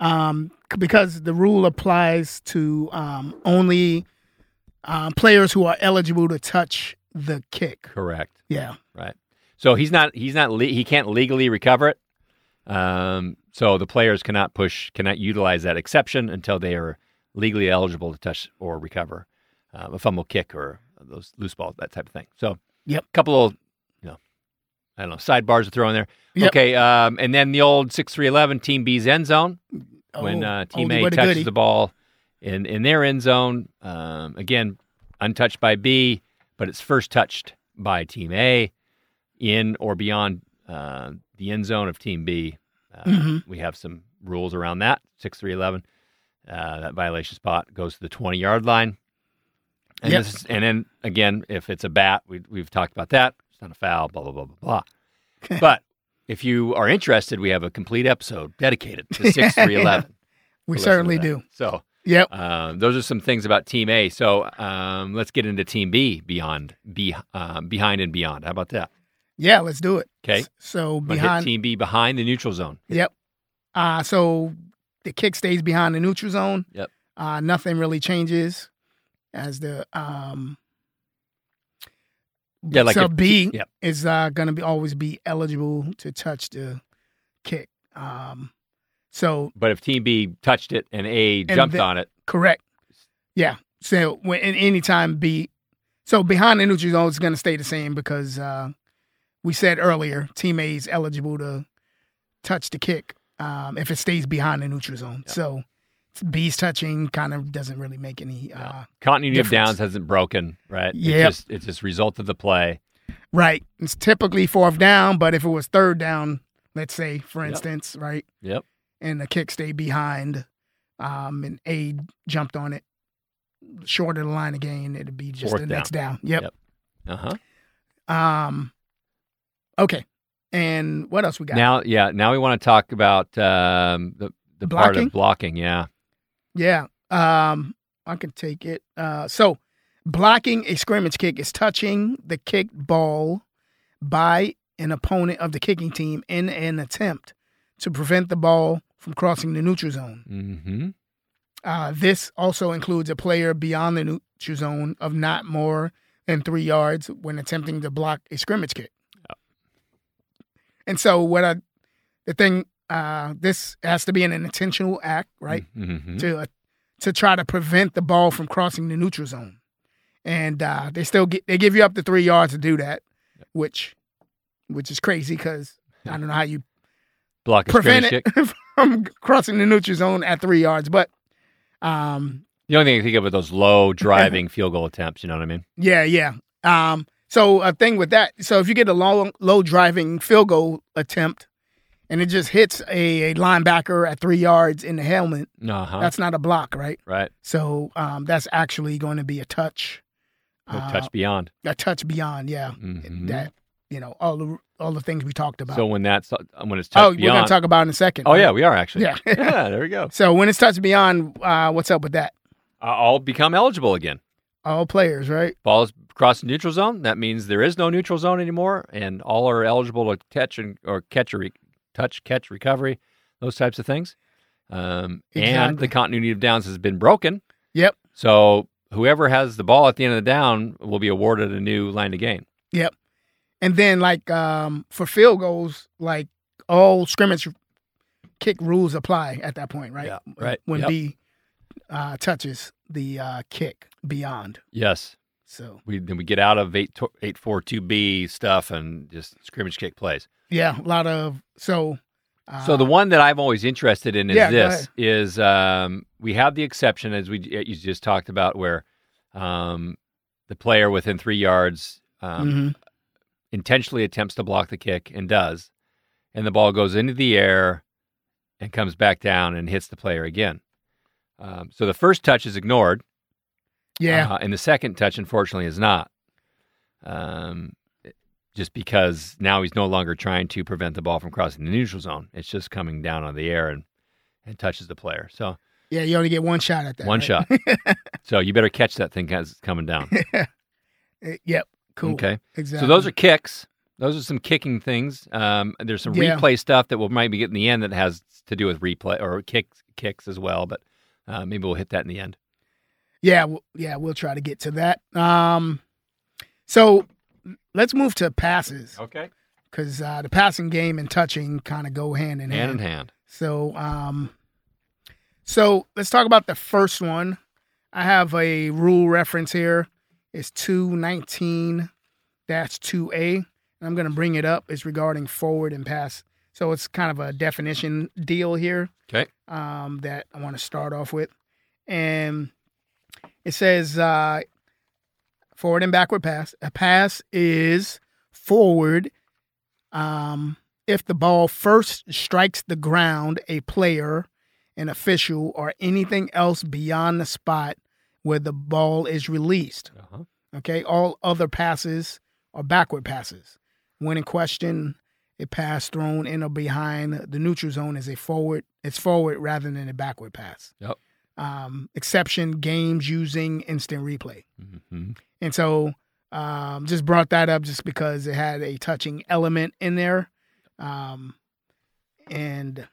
um, c- because the rule applies to um, only um, players who are eligible to touch the kick. Correct. Yeah, Right. So he's not he's not le- he can't legally recover it. Um, so the players cannot push cannot utilize that exception until they are legally eligible to touch or recover um, a fumble kick or those loose balls that type of thing. So Yep. a couple of you know I don't know sidebars to throw in there. Yep. Okay, um, and then the old six three eleven team B's end zone when Oh, uh, team oldie A but a touches goodie. the ball in in their end zone. Um, again, untouched by B, but it's first touched by team A in or beyond uh, the end zone of team B. Uh, Mhm. We have some rules around that. Six three eleven. Uh, that violation spot goes to the twenty yard line. And, Yep. this is, and then again, if it's a bat, we, we've talked about that. It's not a foul. Blah blah blah blah blah. but if you are interested, we have a complete episode dedicated to six three eleven. we Listen to certainly that. do. So Yep, um, those are some things about Team A. So um, let's get into Team B beyond be, uh, behind and beyond. How about that? yeah, let's do it. Okay. S- so Wanna hit behind, Team B behind the neutral zone. yep. Uh, so the kick stays behind the neutral zone. Yep. Uh, nothing really changes as the um. Yeah, like so if- B yep. is uh, going to be always be eligible to touch the kick. Um, so But if Team B touched it and A jumped the- on it, Correct. Yeah. So when in any time B, so behind the neutral zone is going to stay the same because uh, we said earlier team A is eligible to touch the kick um, if it stays behind the neutral zone. So bees touching kind of doesn't really make any uh, Continuity of Difference. downs hasn't broken, right? It Yep. just, it's just result of the play. right. It's typically fourth down, but if it was third down, let's say for Yep. instance, right, Yep. and the kick stayed behind, um, and A jumped on it, short of the line of gain, it'd be just Fourth the down. next down. Yep. Uh huh. Um, okay. And what else we got? Now, yeah. Now we want to talk about um, the the part Blocking? of blocking. Yeah. Yeah. Um, I can take it. Uh, so blocking a scrimmage kick is touching the kicked ball by an opponent of the kicking team in an attempt to prevent the ball from crossing the neutral zone. Mm-hmm. Uh, this also includes a player beyond the neutral zone of not more than three yards when attempting to block a scrimmage kick. And so, what I, the thing, uh, this has to be an intentional act, right? Mm-hmm. to uh, to try to prevent the ball from crossing the neutral zone, and uh, they still get, they give you up to three yards to do that, which which is crazy because I don't know how you Block a prevent scrimmage it kick. from crossing the neutral zone at three yards. But um, The only thing I think of are those low driving field goal attempts. You know what I mean? yeah, yeah. Um, so a thing with that, so if you get a low low driving field goal attempt, and it just hits a, a linebacker at three yards in the helmet, Uh huh. that's not a block, right? right. So um, that's actually going to be a touch. No Uh, touch beyond. a touch beyond, yeah. Mhm. That you know all the all the things we talked about. So when that's uh, when it's touch oh, we're beyond. gonna talk about it in a second. oh yeah, we are actually. Yeah. yeah. There we go. So when it's touch beyond, uh, what's up with that? I- I'll become eligible again. All players, right? Ball's crossed the neutral zone. That means there is no neutral zone anymore, and all are eligible to catch and or catch a re- touch, catch, recovery, those types of things. Um, And Exactly. the continuity of downs has been broken. Yep. So whoever has the ball at the end of the down will be awarded a new line to gain. And then like um, for field goals, like all scrimmage kick rules apply at that point, right? Yeah, right, When yep. B uh, touches the uh, kick beyond, Yes. so We then we get out of eight eight four two B stuff and just scrimmage kick plays. yeah, a lot of so. Uh, So the one that I'm always interested in is Yeah, go this: is um, we have the exception as we you just talked about, where um, the player within three yards um, Mhm. intentionally attempts to block the kick and does, and the ball goes into the air and comes back down and hits the player again. Um, so the first touch is ignored, yeah, uh, and the second touch, unfortunately, is not. Um, it- just because now he's no longer trying to prevent the ball from crossing the neutral zone. It's just coming down on the air and, and touches the player. So yeah, you only get one shot at that. one right? shot. so you better catch that thing as it's coming down. Eh, Yep, cool. Okay. exactly. So those are kicks. Those are some kicking things. Um, there's some Yeah. replay stuff that we'll might be getting in the end that has to do with replay or kicks kicks as well. But uh, maybe we'll hit that in the end. Yeah, w- yeah, we'll try to get to that. Um, so let's move to passes Okay. because uh, the passing game and touching kind of go hand in hand. Hand in hand. So, um, so let's talk about the first one. I have a rule reference here. It's two nineteen dash two A, and I'm going to bring it up. It's regarding forward and pass. So it's kind of a definition deal here Okay. um, that I want to start off with. And it says uh, forward and backward pass. A pass is forward um, if the ball first strikes the ground, a player, an official, or anything else beyond the spot where the ball is released. Uh-huh. Okay, all other passes are backward passes. When in question, a pass thrown in or behind the neutral zone is a forward. It's forward rather than a backward pass. Yep. Um, exception games using instant replay, Mm-hmm. and so um, just brought that up just because it had a touching element in there, um, and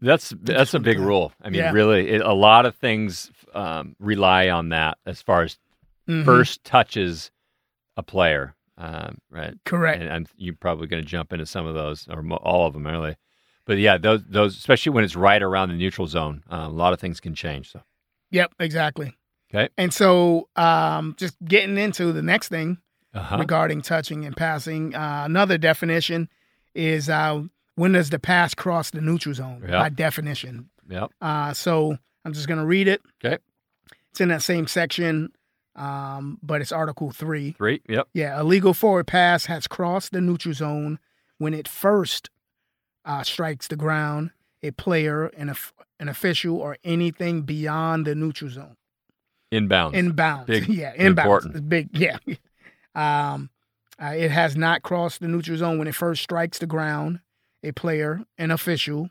That's that's a big something. rule. I mean, Yeah. really, it, a lot of things um, rely on that as far as mhm, first touches a player, um, right? correct. And, and you're probably going to jump into some of those or mo- all of them, really. But yeah, those those especially when it's right around the neutral zone, uh, a lot of things can change. So Yep, exactly. Okay. And so, um, just getting into the next thing, uh-huh. regarding touching and passing. Uh, another definition is uh, when does the pass cross the neutral zone Yeah. by definition. yep, Uh, so I'm just going to read it. Okay. It's in that same section, um, but it's Article 3. Three. Yep. Yeah, a legal forward pass has crossed the neutral zone when it first uh, strikes the ground, a player, an, of- an official, or anything beyond the neutral zone. Inbound. Inbound. Big. yeah, inbound. Important. It's big. Yeah. Um, uh, it has not crossed the neutral zone when it first strikes the ground, a player, an official,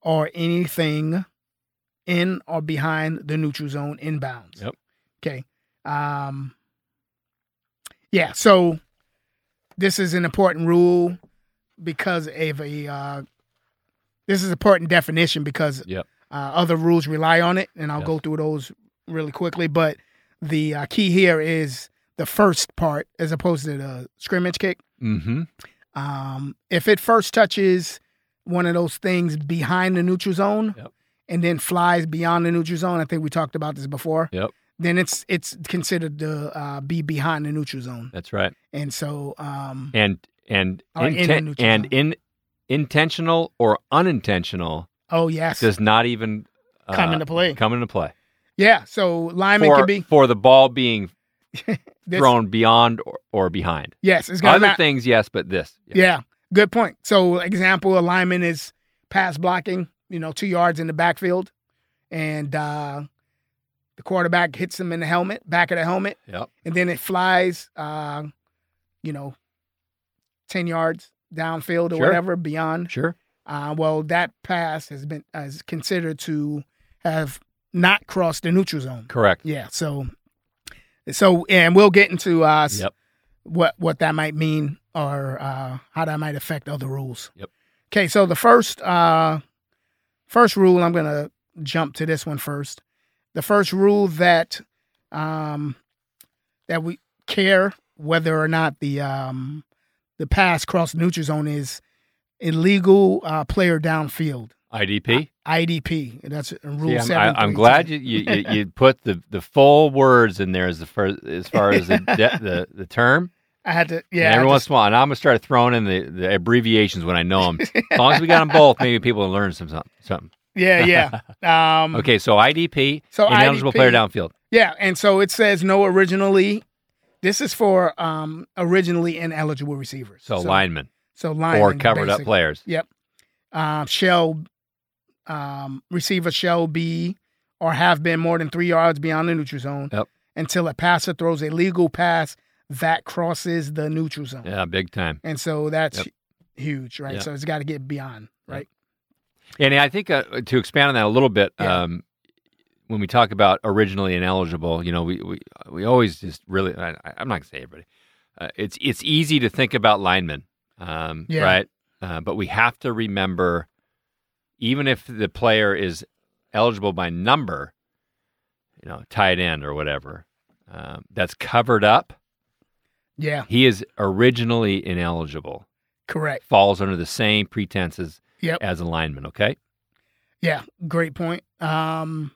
or anything in or behind the neutral zone inbounds. Yep. Okay. Um, yeah. So this is an important rule because of a. Uh, this is an important definition because Yep. uh, other rules rely on it, and I'll Yes. go through those really quickly. But the uh, key here is the first part as opposed to the scrimmage kick. Mm-hmm. Um, if it first touches one of those things behind the neutral zone Yep. and then flies beyond the neutral zone, I think we talked about this before. Yep. Then it's it's considered to uh, be behind the neutral zone, That's right. and so um, And and Or in a inten- neutral and zone. in intentional or unintentional oh yes, does not even uh, Come into play. Come into play. yeah. So lineman For, could be for the ball being this- thrown beyond or, or behind. Yes, it's gonna Other not, things, yes, but this. Yeah. good point. So, example, a lineman is pass blocking, you know, two yards in the backfield, and uh, the quarterback hits him in the helmet, back of the helmet, Yep. and then it flies, uh, you know, 10 yards downfield or Sure. whatever beyond. Sure. Uh, well, that pass has been is considered to have not crossed the neutral zone. Correct. Yeah, so, so, and we'll get into uh, s- Yep. what what that might mean or uh, how that might affect other rules. Yep. Okay, so the first uh, first rule, I'm gonna jump to this one first. The first rule that um, that we care whether or not the um, the pass cross neutral zone is illegal uh, player downfield IDP. IDP. That's in rule See, I'm, Ah, seven. I, am glad you, you, you, you put the, the full words in there as the first, as far as the de- the, the term. I had to. and Yeah, every I had once in a while, and I'm gonna start throwing in the, the abbreviations when I know them. as long as we got them both, maybe people will learn some something. to- yeah, yeah. Um, Okay, so IDP, Mm-hmm. So ineligible IDP player downfield. Yeah, and so it says no originally. This is for um originally ineligible receivers. So, lineman so or linemen, covered up basic. players. Um, shall um receiver shall be or have been more than three yards beyond the neutral zone Yep. until a passer throws a legal pass that crosses the neutral zone. Yeah, big time. And so that's Yep. huge, right? Yep. So it's got to get beyond, right? And I think uh, to expand on that a little bit, Yeah. um, when we talk about originally ineligible, you know, we we, we always just really, I, I- I'm not going to say everybody. Uh, it's it's easy to think about linemen, um, Yeah. right? Uh, but we have to remember, even if the player is eligible by number, you know, tight end or whatever, um, that's covered up. Yeah, He is originally ineligible, correct. falls under the same pretenses Yep. as a lineman. Okay, Yeah, great point. Um,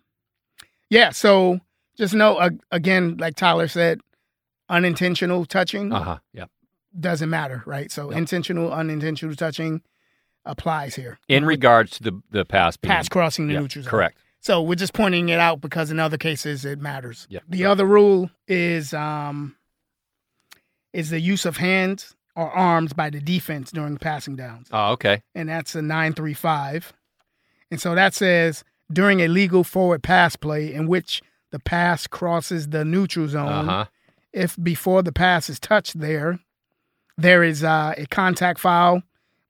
yeah, so just know uh, again, like Tyler said, unintentional touching uh huh, yeah. doesn't matter, right? So Yep. intentional, unintentional touching applies here. in regards to the the pass being Pass crossing the Mm-hmm. Yeah, neutral zone. correct So we're just pointing it out because in other cases it matters. Yep. The other rule is um, is the use of hands or arms by the defense during passing downs. oh okay and that's a 935. And so that says during a legal forward pass play in which the pass crosses the neutral zone, uh-huh if before the pass is touched there, there is uh, a contact foul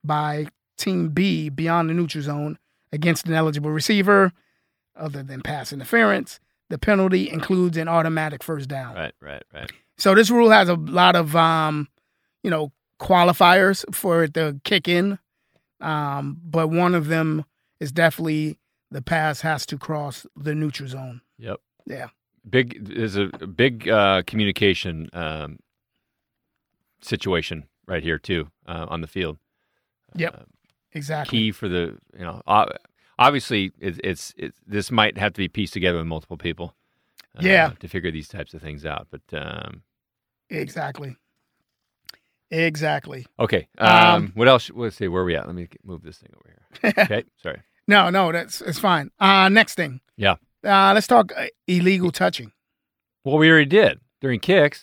by team B beyond the neutral zone against an eligible receiver, other than pass interference, the penalty includes an automatic first down. right right right So this rule has a lot of um, you know, qualifiers for it to kick in. Um, but one of them is definitely the pass has to cross the neutral zone. yep Yeah. big is a big uh communication um situation right here too uh, on the field Yep. Uh, Exactly. key for the you know ob- obviously it's, it's it's this might have to be pieced together with multiple people uh, Yeah. to figure these types of things out but um Exactly. Exactly. okay um, Um, what else let's see where are we at let me get- move this thing over here okay sorry No, no, that's it's fine. Uh, next thing. Yeah. Uh, let's talk uh, illegal touching. Well, we already did during kicks.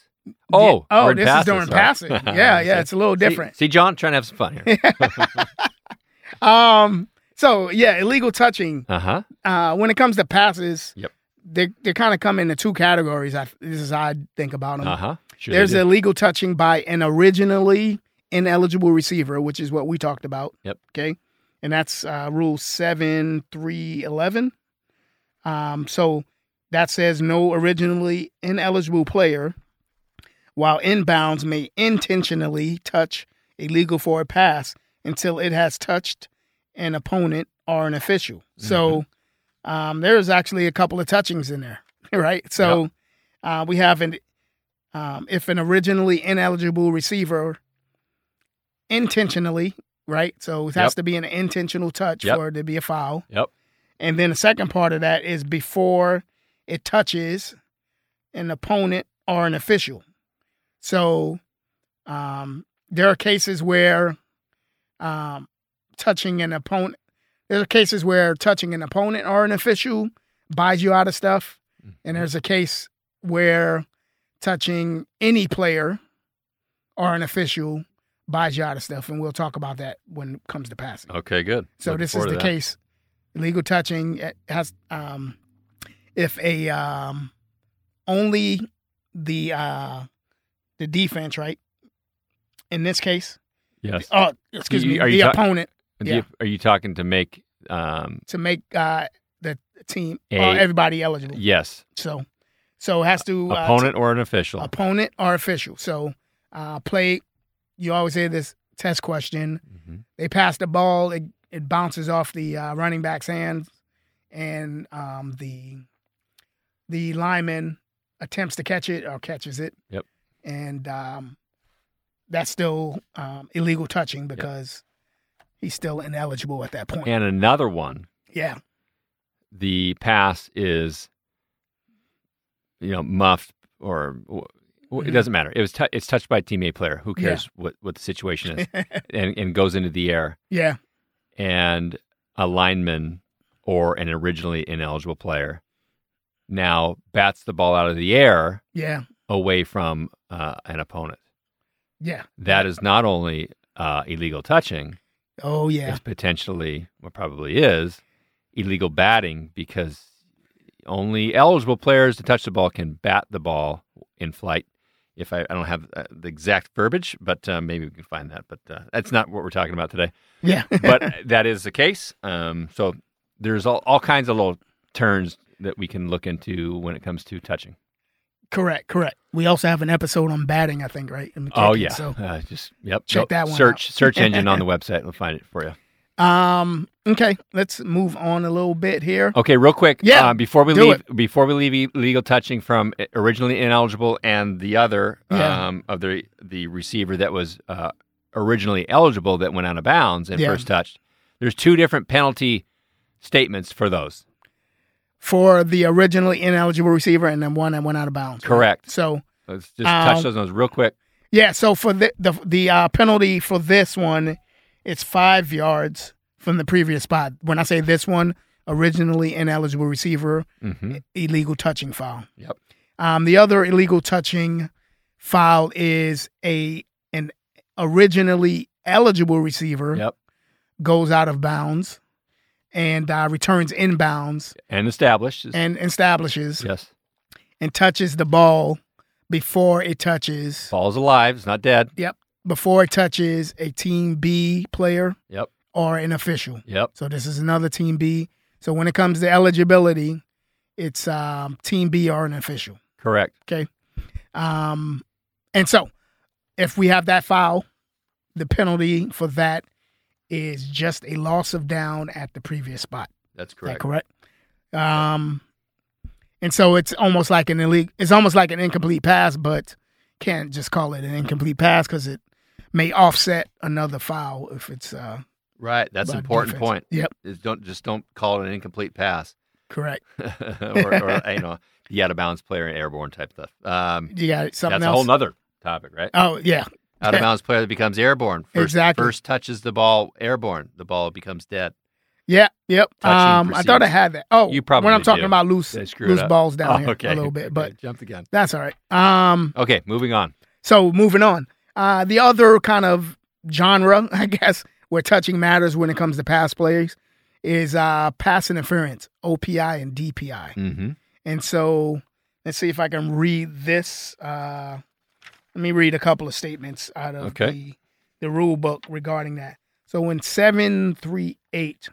Oh, Yeah. oh, during this passes, is during sorry. passing. Yeah, yeah, it's a little See- different. See, John, trying to have some fun here. Um, so yeah, illegal touching. Uh huh. Uh, when it comes to passes, Yep. they they kind of come into two categories. I, this is how I think about them. Uh huh. Sure. There's they do. illegal touching by an originally ineligible receiver, which is what we talked about. Yep. Okay. And that's uh, rule seven three eleven. Um, so that says no originally ineligible player, while inbounds may intentionally touch illegal for a pass until it has touched an opponent or an official. So Mm-hmm. um, there's actually a couple of touchings in there, right? So uh, we have an um, if an originally ineligible receiver intentionally, right? So it has Yep. to be an intentional touch Yep. for it to be a foul. Yep. And then the second part of that is before it touches an opponent or an official. So um, there are cases where um, touching an opponent, there are cases where touching an opponent or an official buys you out of stuff. Mm-hmm. And there's a case where touching any player or an official buys you out of stuff. And we'll talk about that when it comes to passing. Okay, good. So Looking this is forward to the that. case. Illegal touching it has um, if a um, only the uh, the defense, right? In this case, Yes. oh, excuse You- me, are you the talk- opponent Do yeah. you- are you talking to make? Um, to make uh, the team A- or everybody eligible. yes, So, so it has to uh, opponent or an official. opponent or official. So, uh, play. You always hear this test question. Mhm. They pass the ball. It, it bounces off the uh, running back's hands, and um, the the lineman attempts to catch it or catches it. Yep. And um, that's still um, illegal touching because he's still ineligible at that point. And another one. yeah. The pass is, you know, muffed or w- w- it Mhm. doesn't matter. It was tou it's touched by a teammate player. Who Yeah. cares what, what the situation is? and, and goes into the air. yeah. and a lineman or an originally ineligible player now bats the ball out of the air Yeah. away from uh, an opponent. Yeah. That is not only uh, illegal touching, Oh yeah. it's potentially, or probably is, illegal batting because only eligible players to touch the ball can bat the ball in flight. If I, I don't have uh, the exact verbiage, but uh, maybe we can find that. But uh, that's not what we're talking about today Yeah. but that is the case. Um, so there's all, all kinds of little turns that we can look into when it comes to touching. Correct, correct. We also have an episode on batting, I think, right? And Oh kicking, yeah, So, uh, just yep. Check Go- that one Search out. search engine on the website. We'll find it for you. um, okay, let's move on a little bit here. Okay, real quick. Yeah, Uh, before we do leave, before we leave illegal touching from eh, originally ineligible and the other Yeah. um, of the the receiver that was uh, originally eligible that went out of bounds and Yeah. first touched. There's two different penalty statements for those. For the originally ineligible receiver and then one that went out of bounds. right? Correct. So, Let's just touch Um, those ones real quick. yeah, so for the the, the uh, penalty for this one, it's five yards from the previous spot. When I say this one, originally ineligible receiver, e, hmm illegal touching foul. Yep. Um, the other illegal touching foul is a an originally eligible receiver. Yep. goes out of bounds and uh, returns inbounds and established. and establishes yes, and touches the ball before it touches Paul's alive. It's not dead. before it touches a team B player Yep. or an official. Yep. So this is another team B. So when it comes to eligibility, it's um, team B or an official. Correct. Um, and so if we have that foul, the penalty for that is just a loss of down at the previous spot. That's Is that correct. correct? Um, and so it's almost like an illegal. It's almost like an incomplete pass, but can't just call it an incomplete pass because it may offset another foul if it's. Uh, Right. That's by an important defense. point. Yep, Is don't just don't call it an incomplete pass, correct. or, or you know, the out of bounds player and airborne type stuff. Um, You got it. something that's a else. whole nother topic, right? oh yeah, Out of bounds player that becomes airborne. First, Exactly. First touches the ball airborne. The ball becomes dead. Yeah, yep. Touching Um, I thought I proceeds. had that. Oh, You probably when I'm talking do. about loose They screwed loose up. balls down Oh, here a little bit, but Okay, jumped again. that's all right. Um, Okay, moving on. so moving on. Uh, the other kind of genre, I guess, where touching matters when it comes to pass players is uh, pass interference, OPI and DPI. hmm And so let's see if I can read this. Uh, let me read a couple of statements out of Okay. the, the rule book regarding that. So in 738,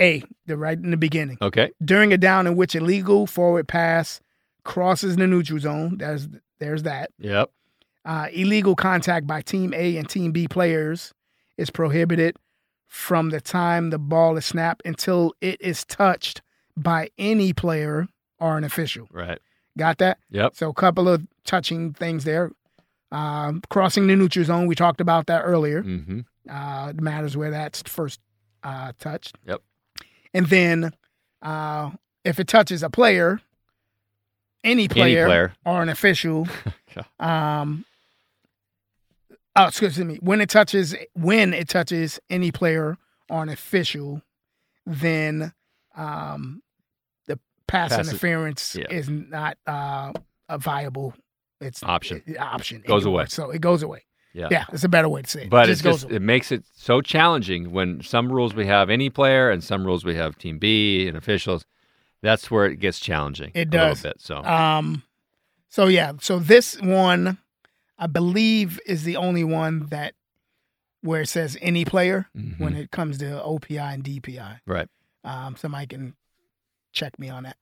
A, the right in the beginning, Okay. during a down in which a legal forward pass crosses the neutral zone, there's, there's that. Yep. Uh, illegal contact by Team A and Team B players is prohibited from the time the ball is snapped until it is touched by any player or an official. Right. Got that? Yep. So, a couple of touching things there. Um, crossing the neutral zone, we talked about that earlier. hmm Uh, it matters where that's first uh, touched. Yep. And then, uh, if it touches a player, any player, Any player. or an official. um, oh, excuse me. When it touches, when it touches any player or an official, then um, the pass, Pass- interference yeah. is not uh, a viable. It's Option. i- option Goes away. So it goes away. Yeah. Yeah, it's a better way to say it. But it it's just goes just away. it makes it so challenging when some rules we have any player and some rules we have team B and officials. That's where it gets challenging. It a does. little bit. So Um, so yeah, so this one, I believe, is the only one that where it says any player Mhm. when it comes to OPI and DPI. right. Um, somebody can check me on that.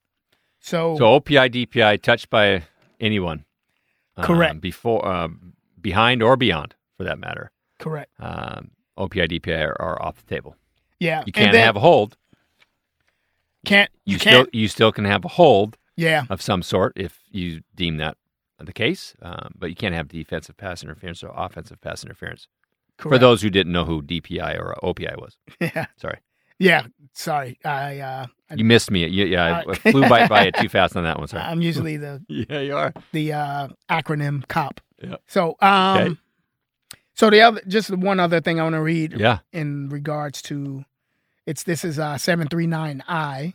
So, So OPI DPI touched by anyone. um, Correct. before, um, behind or beyond, for that matter. correct, Um, OPI DPI are, are off the table. yeah. You and can't then- have a hold. can't you, You, can't still you still can have a hold yeah of some sort if you deem that the case, um, but you can't have defensive pass interference or offensive pass interference. correct. For those who didn't know who DPI or OPI was, yeah sorry, yeah sorry I uh I, you missed me. You, yeah, I Uh, flew by, by it too fast on that one. Sorry. I'm usually the yeah, you are. the uh, acronym COP. Yeah. So, um, Okay. so the other, just one other thing I want to read Yeah. in regards to, it's this is uh, seven three nine I.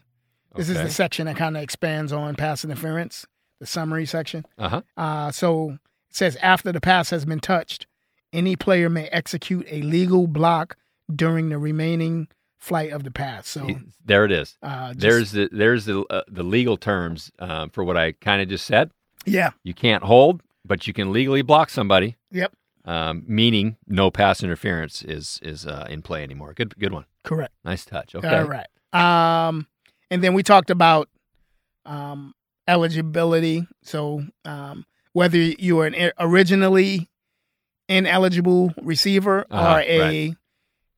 This is Okay. the section that kind of expands on pass interference, the summary section. Uh-huh. Uh, so it says after the pass has been touched, any player may execute a legal block during the remaining flight of the pass. So. There it is. Uh, just- There's the there's the uh, the legal terms um, for what I kind of just said. yeah, You can't hold, but you can legally block somebody. Yep. Um, meaning no pass interference is is uh, in play anymore. Good good one. correct. Nice touch. Okay. All right. Um, and then we talked about um, eligibility. So um, whether you are an i- originally ineligible receiver Uh-huh, or a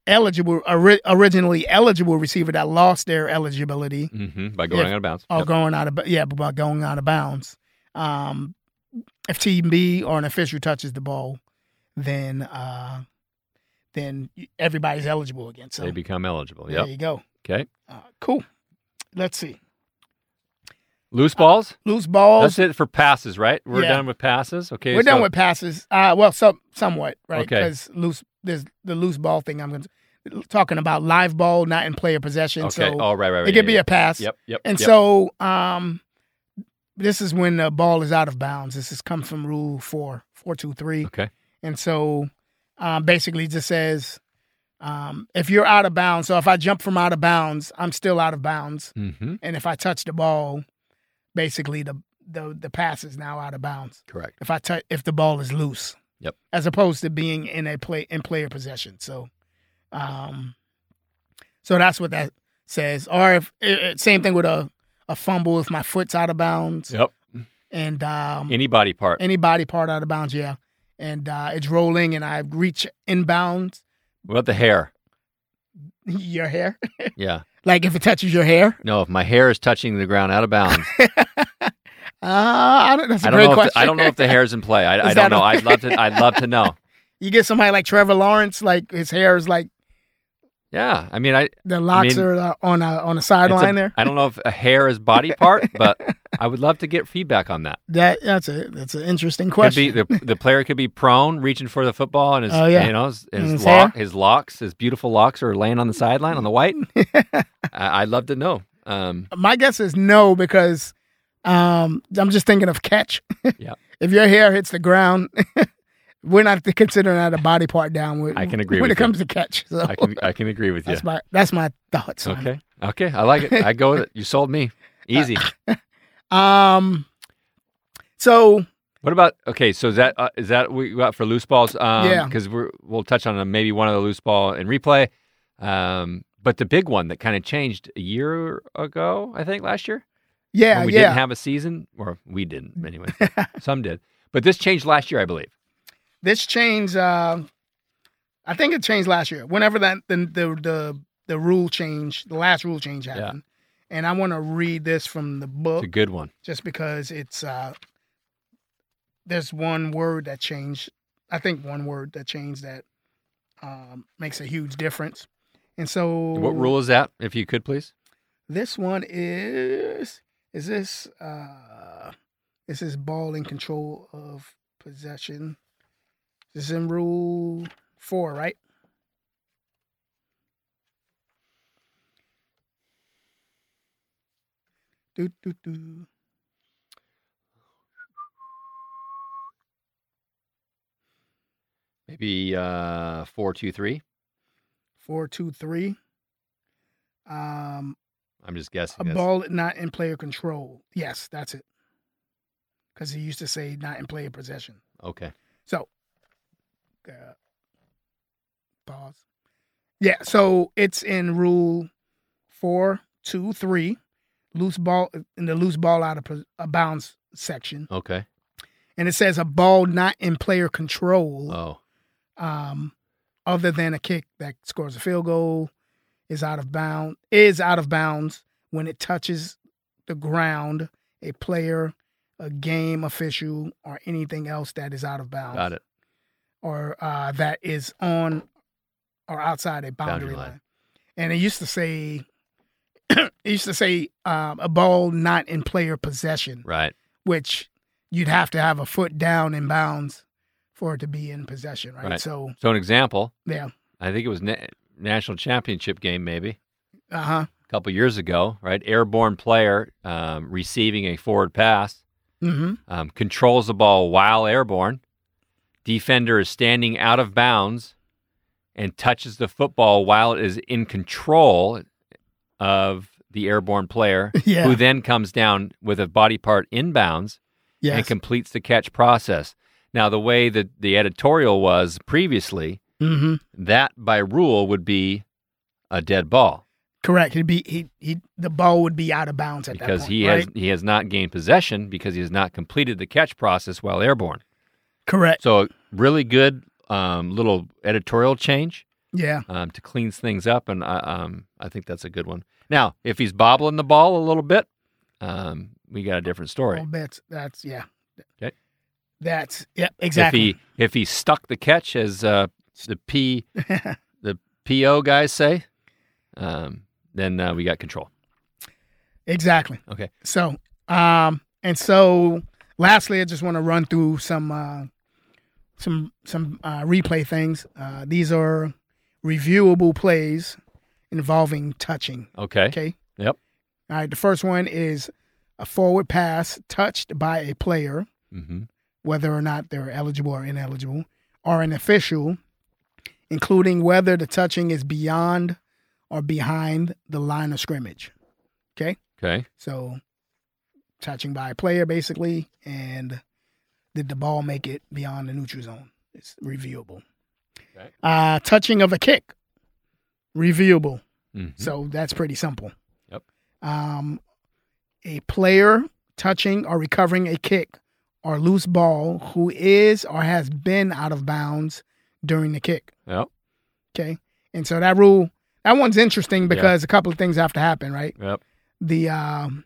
eligible ori- originally eligible receiver that lost their eligibility hmm By going If- out of bounds. or Yep. going out of bu- yeah by going out of bounds. Um, if team B or an official touches the ball, then uh, then y- everybody's eligible again. So They become eligible. there Yep. you go. Okay. Uh, cool. Let's see. Loose balls. Loose balls. That's it for passes, right? We're Yeah. done with passes. Okay. We're done so- with passes. Uh, well, some somewhat, right? Okay. Because loose, there's the loose ball thing. I'm going to talking about live ball, not in player possession. Okay. So oh, right, right, right. it yeah, could be yeah. a pass. Yep. Yep. And yep. so, um, this is when the ball is out of bounds. This is comes from Rule Four, four two three. Okay. And so, um, basically, just says um, if you're out of bounds. So if I jump from out of bounds, I'm still out of bounds. Mm-hmm. and if I touch the ball, basically the the the pass is now out of bounds. Correct. If I touch, if the ball is loose, Yep. as opposed to being in a play in player possession. So, um, so that's what that says. Or if it, it- same thing with a a fumble if my foot's out of bounds Yep. and um Any body part. any body part out of bounds, yeah, and uh, it's rolling and I reach inbounds. what about the hair? Your hair, Yeah. like if it touches your hair, No, if my hair is touching the ground out of bounds, uh, I don't. That's a I don't great know. If question. the, I don't know if the hair's in play. I, I Is don't that know. a- I'd love to. I'd love to know. You get somebody like Trevor Lawrence, like his hair is like Yeah. I mean, I the locks mean, are uh, on a on a it's a- sideline there. I don't know if a hair is body part, but I would love to get feedback on that. That that's a that's an interesting Could question. be, the, the player could be prone, reaching for the football, and his Oh, yeah. you know his, And his, his lock, hair? his locks, his beautiful locks, are laying on the sideline on the white. I, I'd love to know. Um, My guess is no because um, I'm just thinking of catch. Yeah. If your hair hits the ground, we're not considering that a body part down. With, I can agree when with it you. comes to catch. So I can I can agree with you. that's my that's my thoughts. on it. Okay, okay, I like it. I go with it. You sold me. Easy. Um. So What about okay? So is that uh, is that what you got for loose balls? Um, Yeah. Because we're we'll touch on uh, maybe one of the loose ball in replay, um, but the big one that kind of changed a year ago, I think last year. yeah, when we yeah. didn't have a season, or we didn't anyway. some did, but this changed last year, I believe. this changed. Uh, I think it changed last year. Whenever that the the the, the rule change, the last rule change happened, and I want to read this from the book It's a good one. just because it's uh, there's one word that changed. I think one word that changed that um, makes a huge difference. And so, What rule is that? If you could please. This one is is this uh this is ball in control of possession. This is in rule four, right? Do, do, do. Maybe uh, four, two, three. Four, two, three. Um, I'm just guessing. a this. ball not in player control. Yes, that's it. Because he used to say not in player possession. Okay. So, uh, pause. Yeah, so it's in rule four, two, three, loose ball in the loose ball out of pos- uh, bounds section, Okay. and it says a ball not in player control, Oh. um, other than a kick that scores a field goal, is out of bound is out of bounds when it touches the ground, a player, a game official, or anything else that is out of bounds Got it. or uh, that is on or outside a boundary, Boundary line. line. And it used to say, it used to say um, a ball not in player possession, Right. which you'd have to have a foot down in bounds for it to be in possession, right? Right. So So an example. yeah, I think it was na- national championship game maybe. uh huh, a couple years ago, right? Airborne player um, receiving a forward pass mm-hmm. um, controls the ball while airborne. Defender is standing out of bounds and touches the football while it is in control of the airborne player, Yeah. who then comes down with a body part in bounds and yes, completes the catch process. Now, the way that the editorial was previously, mm-hmm. that by rule would be a dead ball. correct. He'd be he he the ball would be out of bounds at because that point, he right? has he has not gained possession because he has not completed the catch process while airborne. correct, So really good um, little editorial change yeah, um, to cleans things up, and I, um, I think that's a good one. Now, if he's bobbling the ball a little bit, um, we got a different story. all bets. That's yeah, Okay. that's yeah, exactly. If he if he stuck the catch, as uh, the P the PO guys say, um, then uh, we got control. Exactly. Okay. So, um, and so, lastly, I just want to run through some, uh, some, some uh, replay things. Uh, these are reviewable plays involving touching. Okay. Okay. Yep. All right. The first one is a forward pass touched by a player, hmm whether or not they're eligible or ineligible, or an official, including whether the touching is beyond or behind the line of scrimmage. Okay. So touching by a player basically, and did the ball make it beyond the neutral zone? It's reviewable. Okay. Uh, touching of a kick, reviewable. Mhm. So that's pretty simple. Yep. Um, a player touching or recovering a kick or loose ball who is or has been out of bounds during the kick. Yep. Okay. And so that rule, that one's interesting because a couple of things have to happen, right? Yep. the um,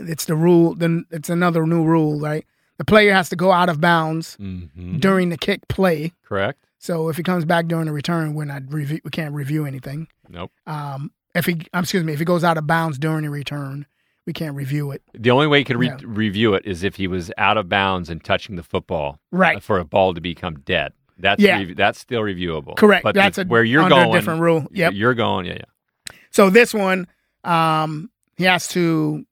it's the rule. Then it's another new rule, right? The player has to go out of bounds hmm during the kick play. Correct. So if he comes back during the return, we're not review. We can't review anything. Nope. Um, if he, um, excuse me, if he goes out of bounds during the return, we can't review it. The only way you could re- Yeah. review it is if he was out of bounds and touching the football Right. for a ball to become dead. That's Yeah. rev- that's still reviewable. Correct. But That's the- a, where you're under a going. different rule. Yep. You're going. Yeah, yeah. So this one, um, he has to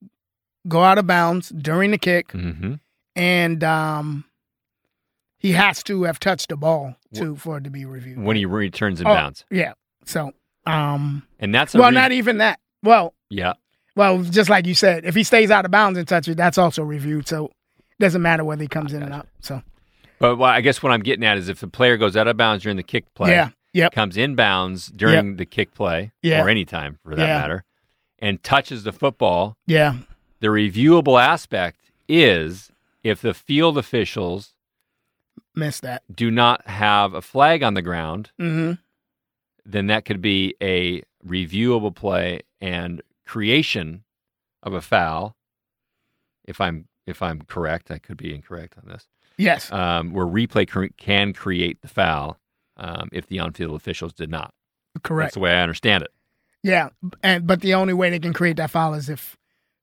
go out of bounds during the kick, Mm-hmm. and um, he has to have touched the ball too for it to be reviewed. When he returns in Oh. bounds, yeah. So, um, and that's a well, re- not even that. Well, yeah. well, just like you said, if he stays out of bounds and touches, that's also reviewed. So, it doesn't matter whether he comes in and out. So, But what, I guess what I'm getting at is if the player goes out of bounds during the kick play, yeah, yep, comes in bounds during the kick play, Yeah. or any time for that Yeah. matter, and touches the football, yeah, the reviewable aspect is if the field officials missed that. do not have a flag on the ground hmm then that could be a reviewable play and creation of a foul. If I'm if I'm correct, I could be incorrect on this. Yes, Um, where replay cre- can create the foul um, if the on-field officials did not. That's correct. the way I understand it. Yeah, and but the only way they can create that foul is if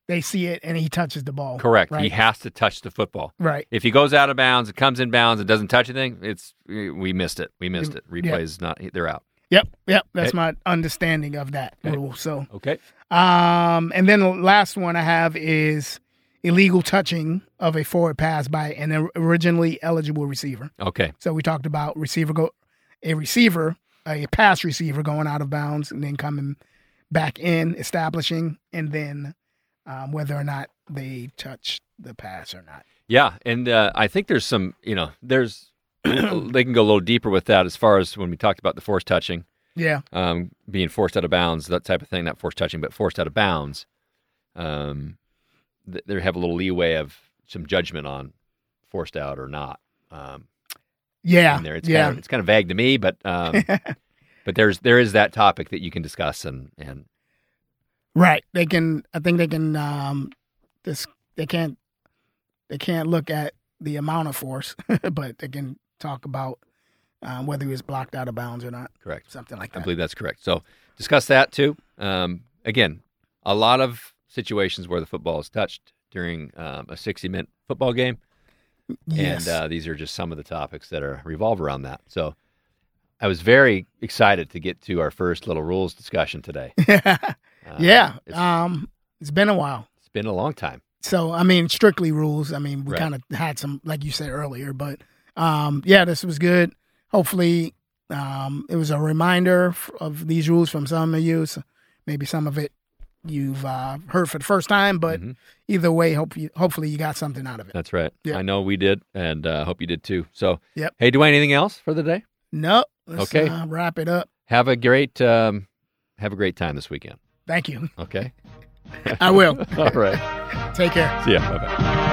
they see it and he touches the ball. Correct. He Right. has to touch the football. right. If he goes out of bounds, it comes in bounds, it doesn't touch anything. It's we missed it. We missed it. Replay's not. They're out. Yep. Yep. That's Okay. my understanding of that Okay. rule. So, Okay. um, and then the last one I have is illegal touching of a forward pass by an originally eligible receiver. Okay. So we talked about receiver go, a receiver, a pass receiver going out of bounds and then coming back in, establishing, and then um, whether or not they touch the pass or not. Yeah, and uh, I think there's some, you know, there's they can go a little deeper with that as far as when we talked about the force touching, Yeah. um, being forced out of bounds, that type of thing. Not force touching, but forced out of bounds. Um, th- they have a little leeway of some judgment on forced out or not. Um, Yeah. in there, it's yeah. kind of it's kind of vague to me, but um, but there's there is that topic that you can discuss and and Right. They can. I think they can. Um, this they can't. They can't look at the amount of force, but they can talk about um, whether he was blocked out of bounds or not, correct. something like I that. believe that's correct. So discuss that too. Um, again, a lot of situations where the football is touched during um, a 60 minute football game. yes. And uh, these are just some of the topics that are revolve around that. So I was very excited to get to our first little rules discussion today. Uh, yeah. It's, Um, it's been a while. it's been a long time. So I mean, strictly rules. I mean, we Right. kind of had some, like you said earlier, but um, yeah, this was good. Hopefully, um, it was a reminder f- of these rules from some of you. So maybe some of it you've uh, heard for the first time, but Mhm. either way, hope you, hopefully you got something out of it. That's right. Yeah. I know we did, and uh, hope you did too. So, Yep. hey, Dwayne, anything else for the day? No, let's, Okay. uh, wrap it up. Have a great um, have a great time this weekend. Thank you. Okay. I will. All right. Take care. See ya. Bye bye.